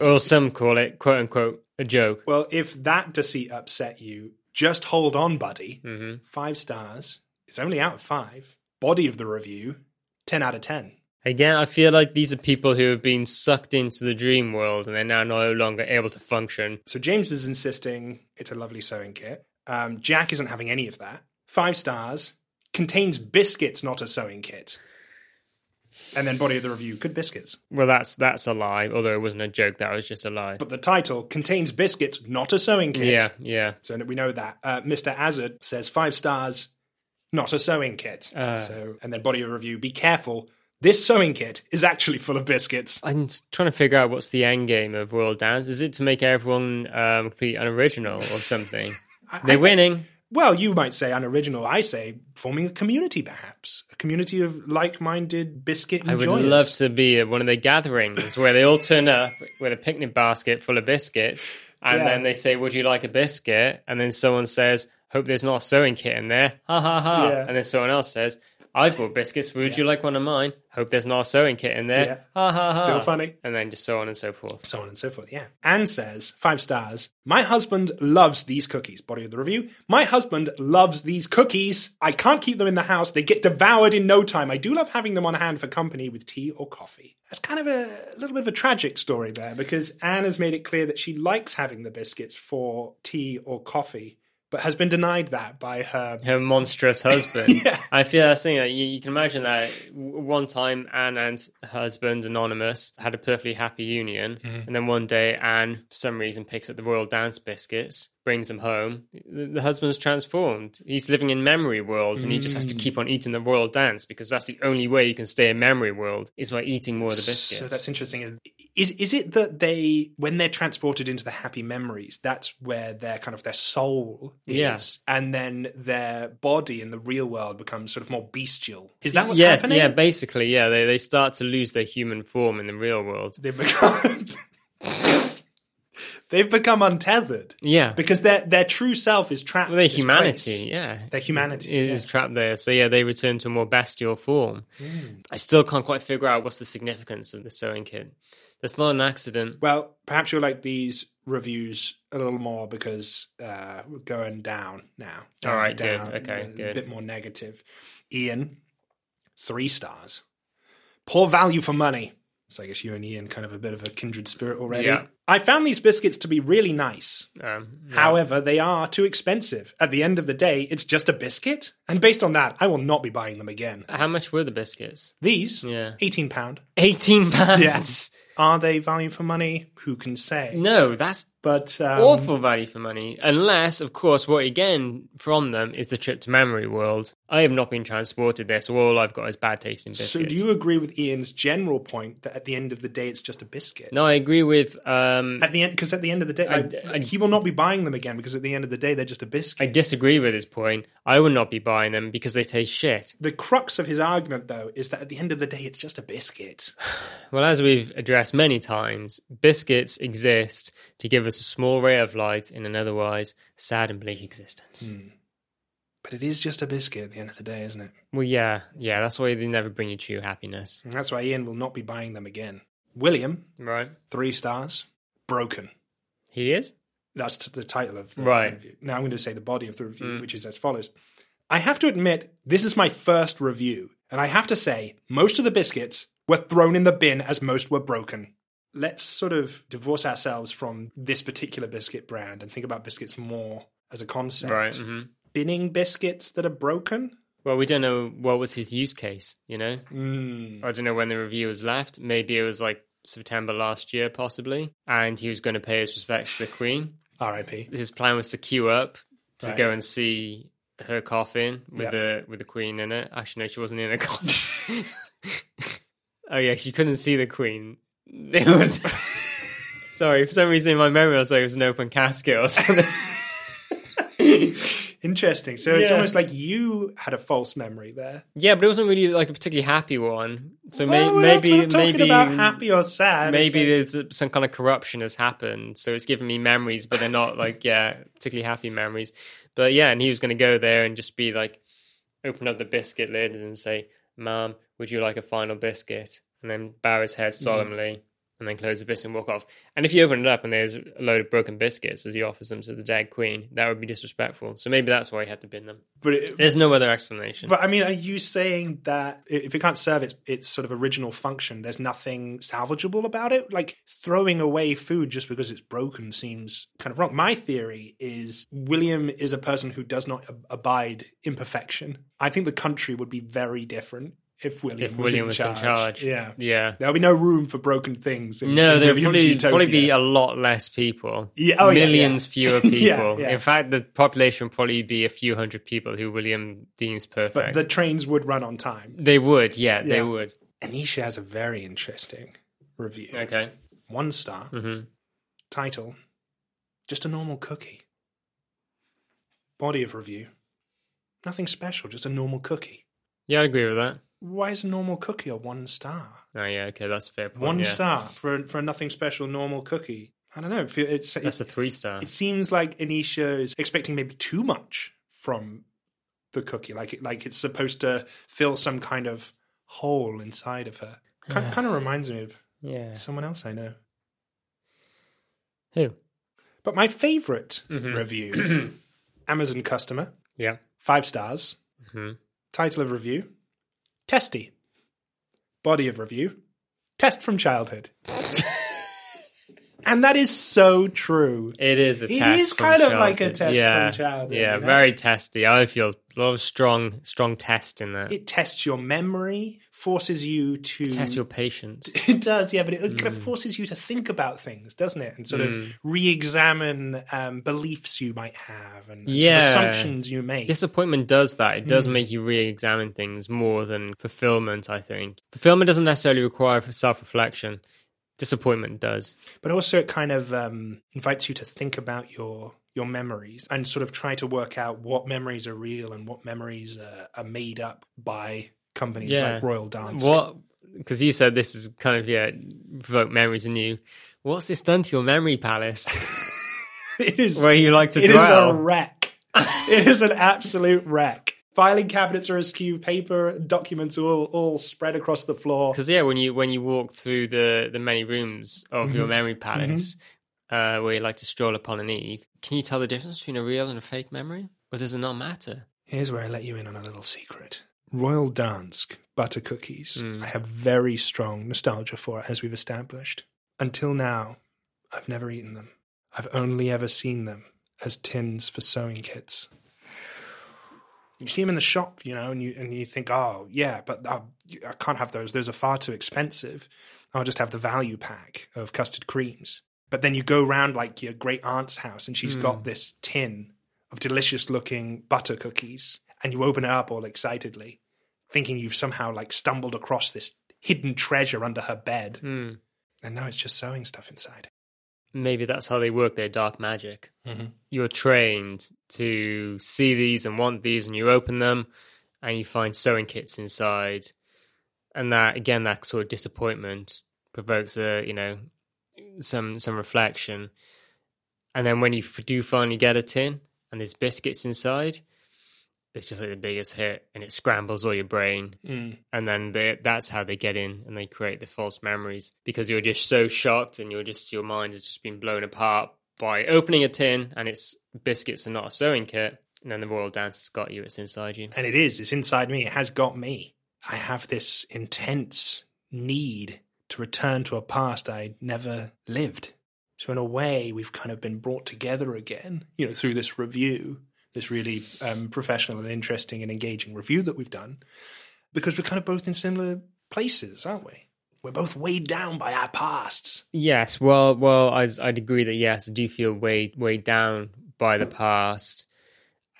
S2: Or some call it, quote unquote, a joke.
S1: Well, if that deceit upset you, just hold on, buddy. Five stars. It's only out of five. Body of the review, ten out of ten.
S2: Again, I feel like these are people who have been sucked into the dream world and they're now no longer able to function.
S1: So James is insisting it's a lovely sewing kit. Um, Jack isn't having any of that. Five stars. Contains biscuits, not a sewing kit. And then body of the review, good biscuits.
S2: Well, that's that's a lie. Although it wasn't a joke, that was just a lie.
S1: But the title contains biscuits, not a sewing kit.
S2: Yeah, yeah.
S1: So we know that. Uh, Mr. Azad says five stars, not a sewing kit.
S2: Uh.
S1: so and then body of review, be careful. This sewing kit is actually full of biscuits.
S2: I'm s- trying to figure out what's the end game of World Dance. Is it to make everyone um, completely unoriginal or something? They're winning.
S1: Well, you might say unoriginal. I say forming a community, perhaps a community of like-minded biscuit
S2: I would
S1: enjoyers.
S2: love to be at one of the gatherings where they all turn up with a picnic basket full of biscuits, and
S1: Yeah.
S2: then they say, "Would you like a biscuit?" And then someone says, "Hope there's not a sewing kit in there." Ha ha ha!
S1: Yeah.
S2: And then someone else says. I've bought biscuits. Would you like one of mine? Hope there's not a sewing kit in there.
S1: Yeah.
S2: Ha ha ha.
S1: Still funny.
S2: And then just so on and so forth.
S1: so on and so forth. Yeah. Anne says, five stars. My husband loves these cookies. Body of the review. My husband loves these cookies. I can't keep them in the house. They get devoured in no time. I do love having them on hand for company with tea or coffee. That's kind of a, a little bit of a tragic story there because Anne has made it clear that she likes having the biscuits for tea or coffee, but has been denied that by her.
S2: her monstrous husband. I feel that's the thing. Like, you, you can imagine that w- one time Anne and her husband Anonymous had a perfectly happy union,
S1: Mm-hmm.
S2: and then one day Anne, for some reason, picks up the royal dance biscuits, brings them home. The, the husband's transformed. He's living in memory world, and he just has to keep on eating the royal dance because that's the only way you can stay in memory world is by eating more of the biscuits.
S1: So that's interesting. Is is it that they, when they're transported into the happy memories, that's where their kind of their soul is,
S2: Yeah.
S1: and then their body in the real world becomes sort of more bestial. Is that what's
S2: yes,
S1: happening?
S2: yeah, basically, yeah. They they start to lose their human form in the real world.
S1: they become. They've become untethered.
S2: Yeah.
S1: Because their their true self is trapped.
S2: Well, their
S1: in this
S2: humanity,
S1: place.
S2: yeah,
S1: Their humanity
S2: is, is
S1: yeah.
S2: trapped there. So yeah, they return to a more bestial form.
S1: Hmm.
S2: I still can't quite figure out what's the significance of the sewing kit. That's not an accident.
S1: Well, perhaps you'll like these reviews a little more because uh, we're going down now.
S2: All right, good.
S1: down,
S2: Okay,
S1: a
S2: good.
S1: bit more negative. Ian, three stars. Poor value for money. So I guess you and Ian kind of a bit of a kindred spirit already.
S2: Yeah.
S1: I found these biscuits to be really nice.
S2: Um, yeah.
S1: However, they are too expensive. At the end of the day, it's just a biscuit. And based on that, I will not be buying them again.
S2: How much were the biscuits?
S1: These,
S2: Yeah.
S1: £18.
S2: Eighteen pounds.
S1: Are they value for money? Who can say?
S2: No, that's
S1: But um,
S2: awful value for money. Unless, of course, what you gain from them is the trip to memory world. I have not been transported there, so all I've got is bad tasting biscuits.
S1: So do you agree with Ian's general point that at the end of the day, it's just a biscuit?
S2: No, I agree with. Um,
S1: At the end, because at the end of the day,
S2: I-
S1: like,
S2: I-
S1: he will not be buying them again because at the end of the day, they're just a
S2: I
S1: biscuit.
S2: disagree with his point. I would not be buying them because they taste shit.
S1: the crux of his argument, though, is that at the end of the day, it's just a biscuit.
S2: Well, as we've addressed many times, biscuits exist to give us a small ray of light in an otherwise sad and bleak existence.
S1: But it is just a biscuit at the end of the day, isn't it?
S2: Well, yeah, yeah, that's why they never bring you true happiness.
S1: And that's why Ian will not be buying them again. William,
S2: Right?
S1: three stars, broken.
S2: He is?
S1: That's t- the title of the
S2: Right. Mm.
S1: review. Now I'm going to say the body of the review, which is as follows. I have to admit, this is my first review, and I have to say, most of the biscuits were thrown in the bin as most were broken. Let's sort of divorce ourselves from this particular biscuit brand and think about biscuits more as a concept.
S2: Right. hmm
S1: Binning biscuits that are broken?
S2: Well, we don't know what was his use case, you know?
S1: Mm.
S2: I don't know when the review was left. Maybe it was like September last year, possibly. And he was going to pay his respects to the Queen.
S1: R.I.P.
S2: his plan was to queue up to
S1: Right.
S2: go and see her coffin with
S1: Yeah.
S2: the with the queen in it. Actually, no, she wasn't in a coffin. oh yeah, she couldn't see the queen. It was. Sorry, for some reason in my memory I was like it was an open casket or something.
S1: Interesting. So it's
S2: Yeah.
S1: almost like you had a false memory there.
S2: yeah, but it wasn't really like a particularly happy one. So may-
S1: Well, we're not
S2: maybe
S1: ta- talking
S2: maybe
S1: about happy or sad. It's
S2: maybe
S1: like-
S2: there's some kind of corruption has happened so it's giving me memories but they're not like yeah particularly happy memories but yeah and he was going to go there and just be like open up the biscuit lid and say mom would you like a final biscuit and then bow his
S1: Mm.
S2: head solemnly and then close the biscuit and walk off and if you open it up and there's a load of broken biscuits as he offers them to the dead queen that would be disrespectful so maybe that's why he had to bin them
S1: but it,
S2: there's no other explanation
S1: But I mean, are you saying that i- if it can't serve its its sort of original function, there's nothing salvageable about it? Like throwing away food just because it's broken seems kind of wrong. My theory is William is a person who does not ab- abide imperfection. I think the country would be very different if William,
S2: if
S1: was,
S2: william
S1: in,
S2: was
S1: charge.
S2: in charge
S1: Yeah,
S2: yeah
S1: there'll be no room for broken things. In,
S2: No,
S1: in
S2: there would
S1: William's
S2: probably,
S1: utopia.
S2: probably be a lot less people.
S1: Yeah, oh, yeah, yeah.
S2: Millions fewer
S1: Yeah,
S2: people.
S1: yeah.
S2: In fact, the population would probably be a few hundred people who William deems
S1: but
S2: perfect.
S1: the trains would run on time.
S2: they would, yeah, they
S1: Yeah.
S2: would.
S1: Anisha has a very interesting review.
S2: Okay.
S1: One star.
S2: hmm
S1: Title Just a normal cookie. Body of review Nothing special, just a normal cookie.
S2: Yeah, I agree with that.
S1: Why is a normal cookie a one star?
S2: Oh, yeah, okay, that's a fair point.
S1: One
S2: yeah.
S1: star for a, for a nothing special normal cookie. I don't know. It, fe- it's,
S2: That's a
S1: it,
S2: three star.
S1: it seems like Anisha is expecting maybe too much from the cookie. Like it, like it's supposed to fill some kind of hole inside of her. Kind, kind of reminds me of
S2: Yeah.
S1: someone else I know.
S2: Who?
S1: But my favorite
S2: Mm-hmm.
S1: review Amazon customer,
S2: Yeah.
S1: five stars.
S2: Mhm.
S1: Title of review Testy. Body of review Test from childhood. and that is so true.
S2: It is a
S1: It
S2: test.
S1: is
S2: from
S1: kind of like a
S2: childhood.
S1: test from
S2: yeah.
S1: childhood,
S2: Yeah,
S1: you know?
S2: very testy. I feel a lot of strong, strong test in that.
S1: It tests your memory, forces you to.
S2: Test your Mm. patience.
S1: it does, yeah, but it kind of forces you to think about things, doesn't it? And sort
S2: Mm.
S1: of re examine um, beliefs you might have and, and sort of
S2: Yeah.
S1: assumptions you make.
S2: Disappointment does that. It
S1: Hmm.
S2: does make you re examine things more than fulfillment, I think. Fulfillment doesn't necessarily require self reflection, disappointment does.
S1: but also it kind of um, invites you to think about your your memories and sort of try to work out what memories are real and what memories are, are made up by companies
S2: Yeah.
S1: like Royal Dance.
S2: What, because you said this is kind of, yeah, provoke memories in you. what's this done to your memory palace?
S1: It is
S2: Where you like to
S1: It is
S2: dwell.
S1: a wreck. it is an absolute wreck. Filing cabinets are askew, paper, documents all all spread across the floor.
S2: Because yeah, when you when you walk through the the many rooms of
S1: Mm-hmm.
S2: your memory palace, uh, where you like to stroll upon an eve, can you tell the difference between a real and a fake memory, or does it not matter?
S1: Here's where I let you in on a little secret. Royal Dansk butter cookies.
S2: Hmm.
S1: I have very strong nostalgia for, as we've established. Until now, I've never eaten them. I've only ever seen them as tins for sewing kits. You see them in the shop, you know, and you and you think, oh yeah, but I, I can't have those. Those are far too expensive. I'll just have the value pack of custard creams. But then you go round like your great aunt's house, and she's got this tin of delicious looking butter cookies, and you open it up all excitedly, thinking you've somehow like stumbled across this hidden treasure under her bed,
S2: Hmm.
S1: and now it's just sewing stuff inside.
S2: Maybe that's how they work their dark magic. You're trained to see these and want these, and you open them, and you find sewing kits inside, and that again, that sort of disappointment provokes a you know some some reflection, and then when you f- do finally get a tin and there's biscuits inside, it's just like the biggest hit, and it scrambles all your brain, and then they, that's how they get in and they create the false memories because you're just so shocked and you're just your mind has just been blown apart by opening a tin and it's biscuits and not a sewing kit and then the royal dance has got you it's inside you
S1: and it is it's inside me it has got me i have this intense need to return to a past i never lived so in a way we've kind of been brought together again you know through this review this really um, professional and interesting and engaging review that we've done because we're kind of both in similar places aren't we we're both weighed down by our pasts
S2: yes well well I, i'd agree that yes i do feel weighed weighed down by the past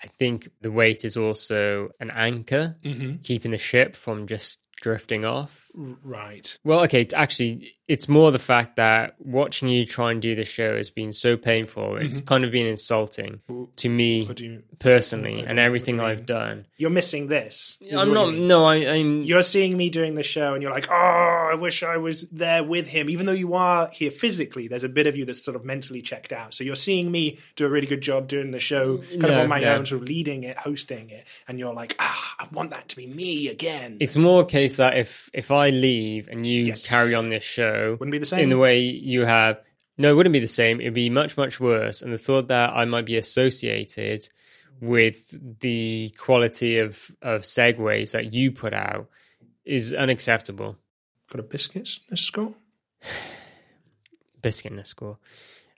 S2: i think the weight is also an anchor keeping the ship from just drifting off
S1: right
S2: Well, okay, t- actually, it's more the fact that watching you try and do this show has been so painful. It's kind of been insulting to me
S1: Mm-hmm. What do you-
S2: personally and everything I've done.
S1: you're missing this
S2: I'm not, no, I, I'm,
S1: you're seeing me doing the show and you're like, oh, I wish I was there with him. Even though you are here physically, there's a bit of you that's sort of mentally checked out. So you're seeing me do a really good job doing the show kind of
S2: No,
S1: on my
S2: no.
S1: own, sort of leading it, hosting it. And you're like, ah, I want that to be me again.
S2: it's more a case that if, if I leave and you
S1: Yes.
S2: carry on this show,
S1: Wouldn't be the
S2: in
S1: same.
S2: the way you have. No, it wouldn't be the same. It'd be much, much worse. And the thought that I might be associated with the quality of, of segues that you put out is unacceptable.
S1: Got a biscuits in this score?
S2: Biscuit in the Score.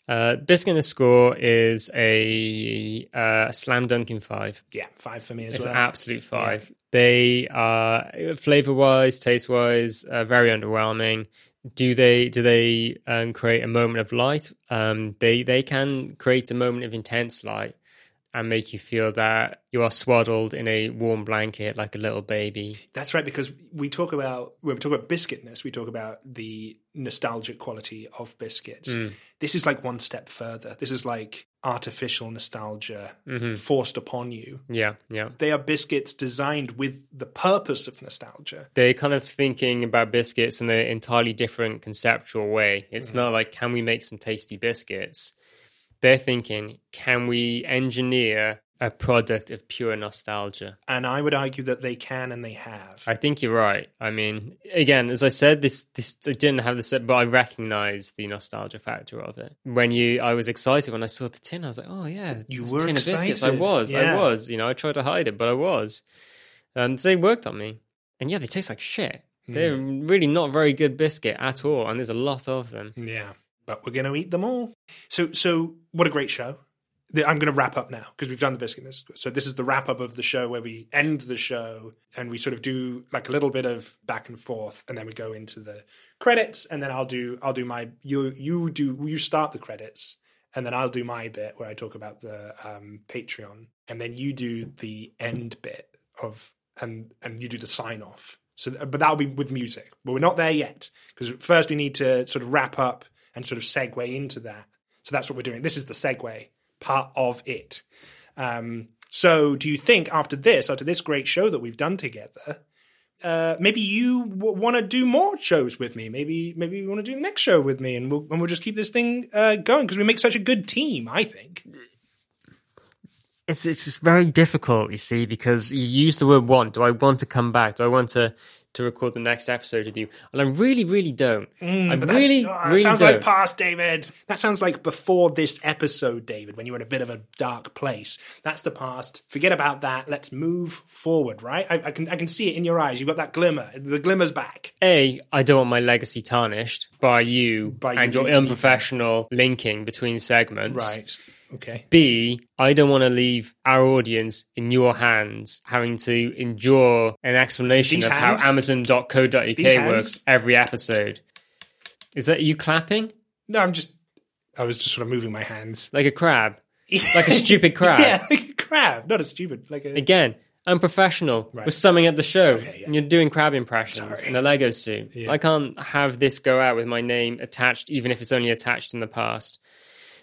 S2: Uh, Biscuit in the Score is a uh, slam dunk in five.
S1: Yeah, five for me as
S2: It's
S1: well.
S2: an absolute five. They are flavor wise, taste wise, uh, very underwhelming. Do they do they um, create a moment of light? Um, they they can create a moment of intense light and make you feel that you are swaddled in a warm blanket like a little baby.
S1: That's right, because we talk about when we talk about biscuitness, we talk about the nostalgic quality of biscuits. This is like one step further. This is like artificial nostalgia forced upon you.
S2: Yeah, yeah.
S1: They are biscuits designed with the purpose of nostalgia.
S2: they're kind of thinking about biscuits in an entirely different conceptual way. It's not like, can we make some tasty biscuits? They're thinking, can we engineer a product of pure nostalgia?
S1: And I would argue that they can and they have.
S2: I think you're right. I mean, again, as I said, this this I didn't have this, but I recognise the nostalgia factor of it. When you, I was excited when I saw the tin. I was like, oh yeah,
S1: You
S2: this
S1: were
S2: tin of biscuits. I
S1: excited.
S2: was,
S1: Yeah.
S2: I was. You know, I tried to hide it, but I was. And they worked on me. And yeah, they taste like shit. They're
S1: Hmm.
S2: really not very good biscuit at all, and there's a lot of them.
S1: yeah. But we're going to eat them all. So, so what a great show. The- I'm going to wrap up now because we've done the biscuitness. So this is the wrap up of the show where we end the show and we sort of do like a little bit of back and forth, and then we go into the credits, and then I'll do I'll do my you you do you start the credits, and then I'll do my bit where I talk about the um, Patreon, and then you do the end bit of and and you do the sign off. So, but that'll be with music. But we're not there yet because first we need to sort of wrap up and sort of segue into that. So that's what we're doing. This is the segue part of it. Um, so, do you think after this, after this great show that we've done together, uh, maybe you w- want to do more shows with me. Maybe maybe you want to do the next show with me, and we'll and we'll just keep this thing uh, going because we make such a good team. I think.
S2: it's it's just very difficult, you see, because you use the word want. Do I want to come back? Do I want to to record the next episode with you? And I really, really don't. I
S1: But that's,
S2: really,
S1: oh, that
S2: really
S1: sounds
S2: don't.
S1: like past, David. That sounds like before this episode, David, when you were in a bit of a dark place. That's the past. Forget about that. Let's move forward, right? I, I can I can see it in your eyes. You've got that glimmer. The glimmer's back.
S2: A, I don't want my legacy tarnished by you
S1: By
S2: and
S1: you
S2: your
S1: being-
S2: unprofessional linking between segments.
S1: Right. Okay.
S2: B, I don't want to leave our audience in your hands having to endure an explanation
S1: These
S2: of
S1: hands?
S2: how Amazon.co.uk
S1: These
S2: works
S1: hands?
S2: every episode. Is that you clapping?
S1: No, I'm just. I was just sort of moving my hands.
S2: Like a crab? Like a stupid crab?
S1: Yeah, like a crab. Not a stupid. Like a.
S2: Again, unprofessional. We're summing up the show.
S1: yeah.
S2: And you're doing crab impressions in a Lego suit. I can't have this go out with my name attached, even if it's only attached in the past.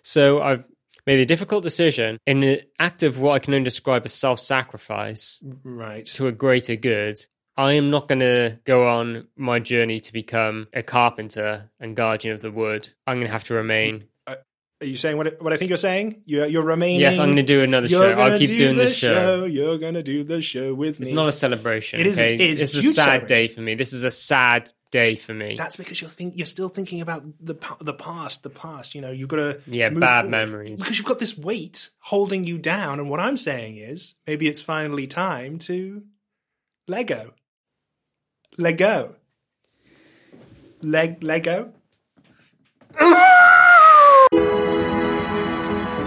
S2: So I've made a difficult decision in an act of what I can only describe as self sacrifice
S1: Right.
S2: to a greater good. I am not going to go on my journey to become a carpenter and guardian of the wood. I'm going to have to remain.
S1: Are you saying what I- what I think you're saying? You're you're remaining.
S2: Yes, I'm going to do another
S1: You're
S2: show. I'll
S1: gonna
S2: keep
S1: do
S2: doing
S1: the
S2: this show.
S1: You're gonna do the show with me.
S2: It's not a celebration.
S1: It is-
S2: okay?
S1: it is
S2: It's
S1: a
S2: a
S1: huge
S2: sad day
S1: celebration.
S2: for me. This is a sad day for me.
S1: That's because you're think you're still thinking about the pa- the past, the past. You know, you've got to
S2: Yeah, bad memories.
S1: because you've got this weight holding you down. And what I'm saying is, maybe it's finally time to Lego, Lego, Leg Lego.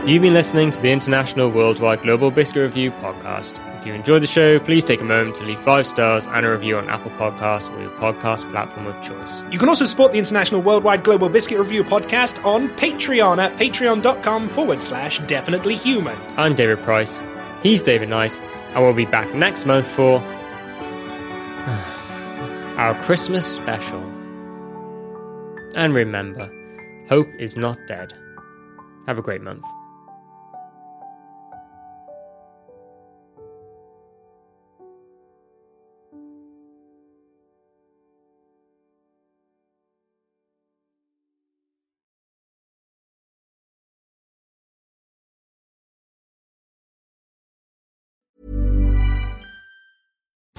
S2: You've been listening to the International Worldwide Global Biscuit Review podcast. If you enjoyed the show, please take a moment to leave five stars and a review on Apple Podcasts or your podcast platform of choice.
S1: You can also support the International Worldwide Global Biscuit Review podcast on Patreon at patreon.com forward slash definitely human.
S2: I'm David Price. He's David Knight, and we'll be back next month for our Christmas special. And remember, hope is not dead. Have a great month.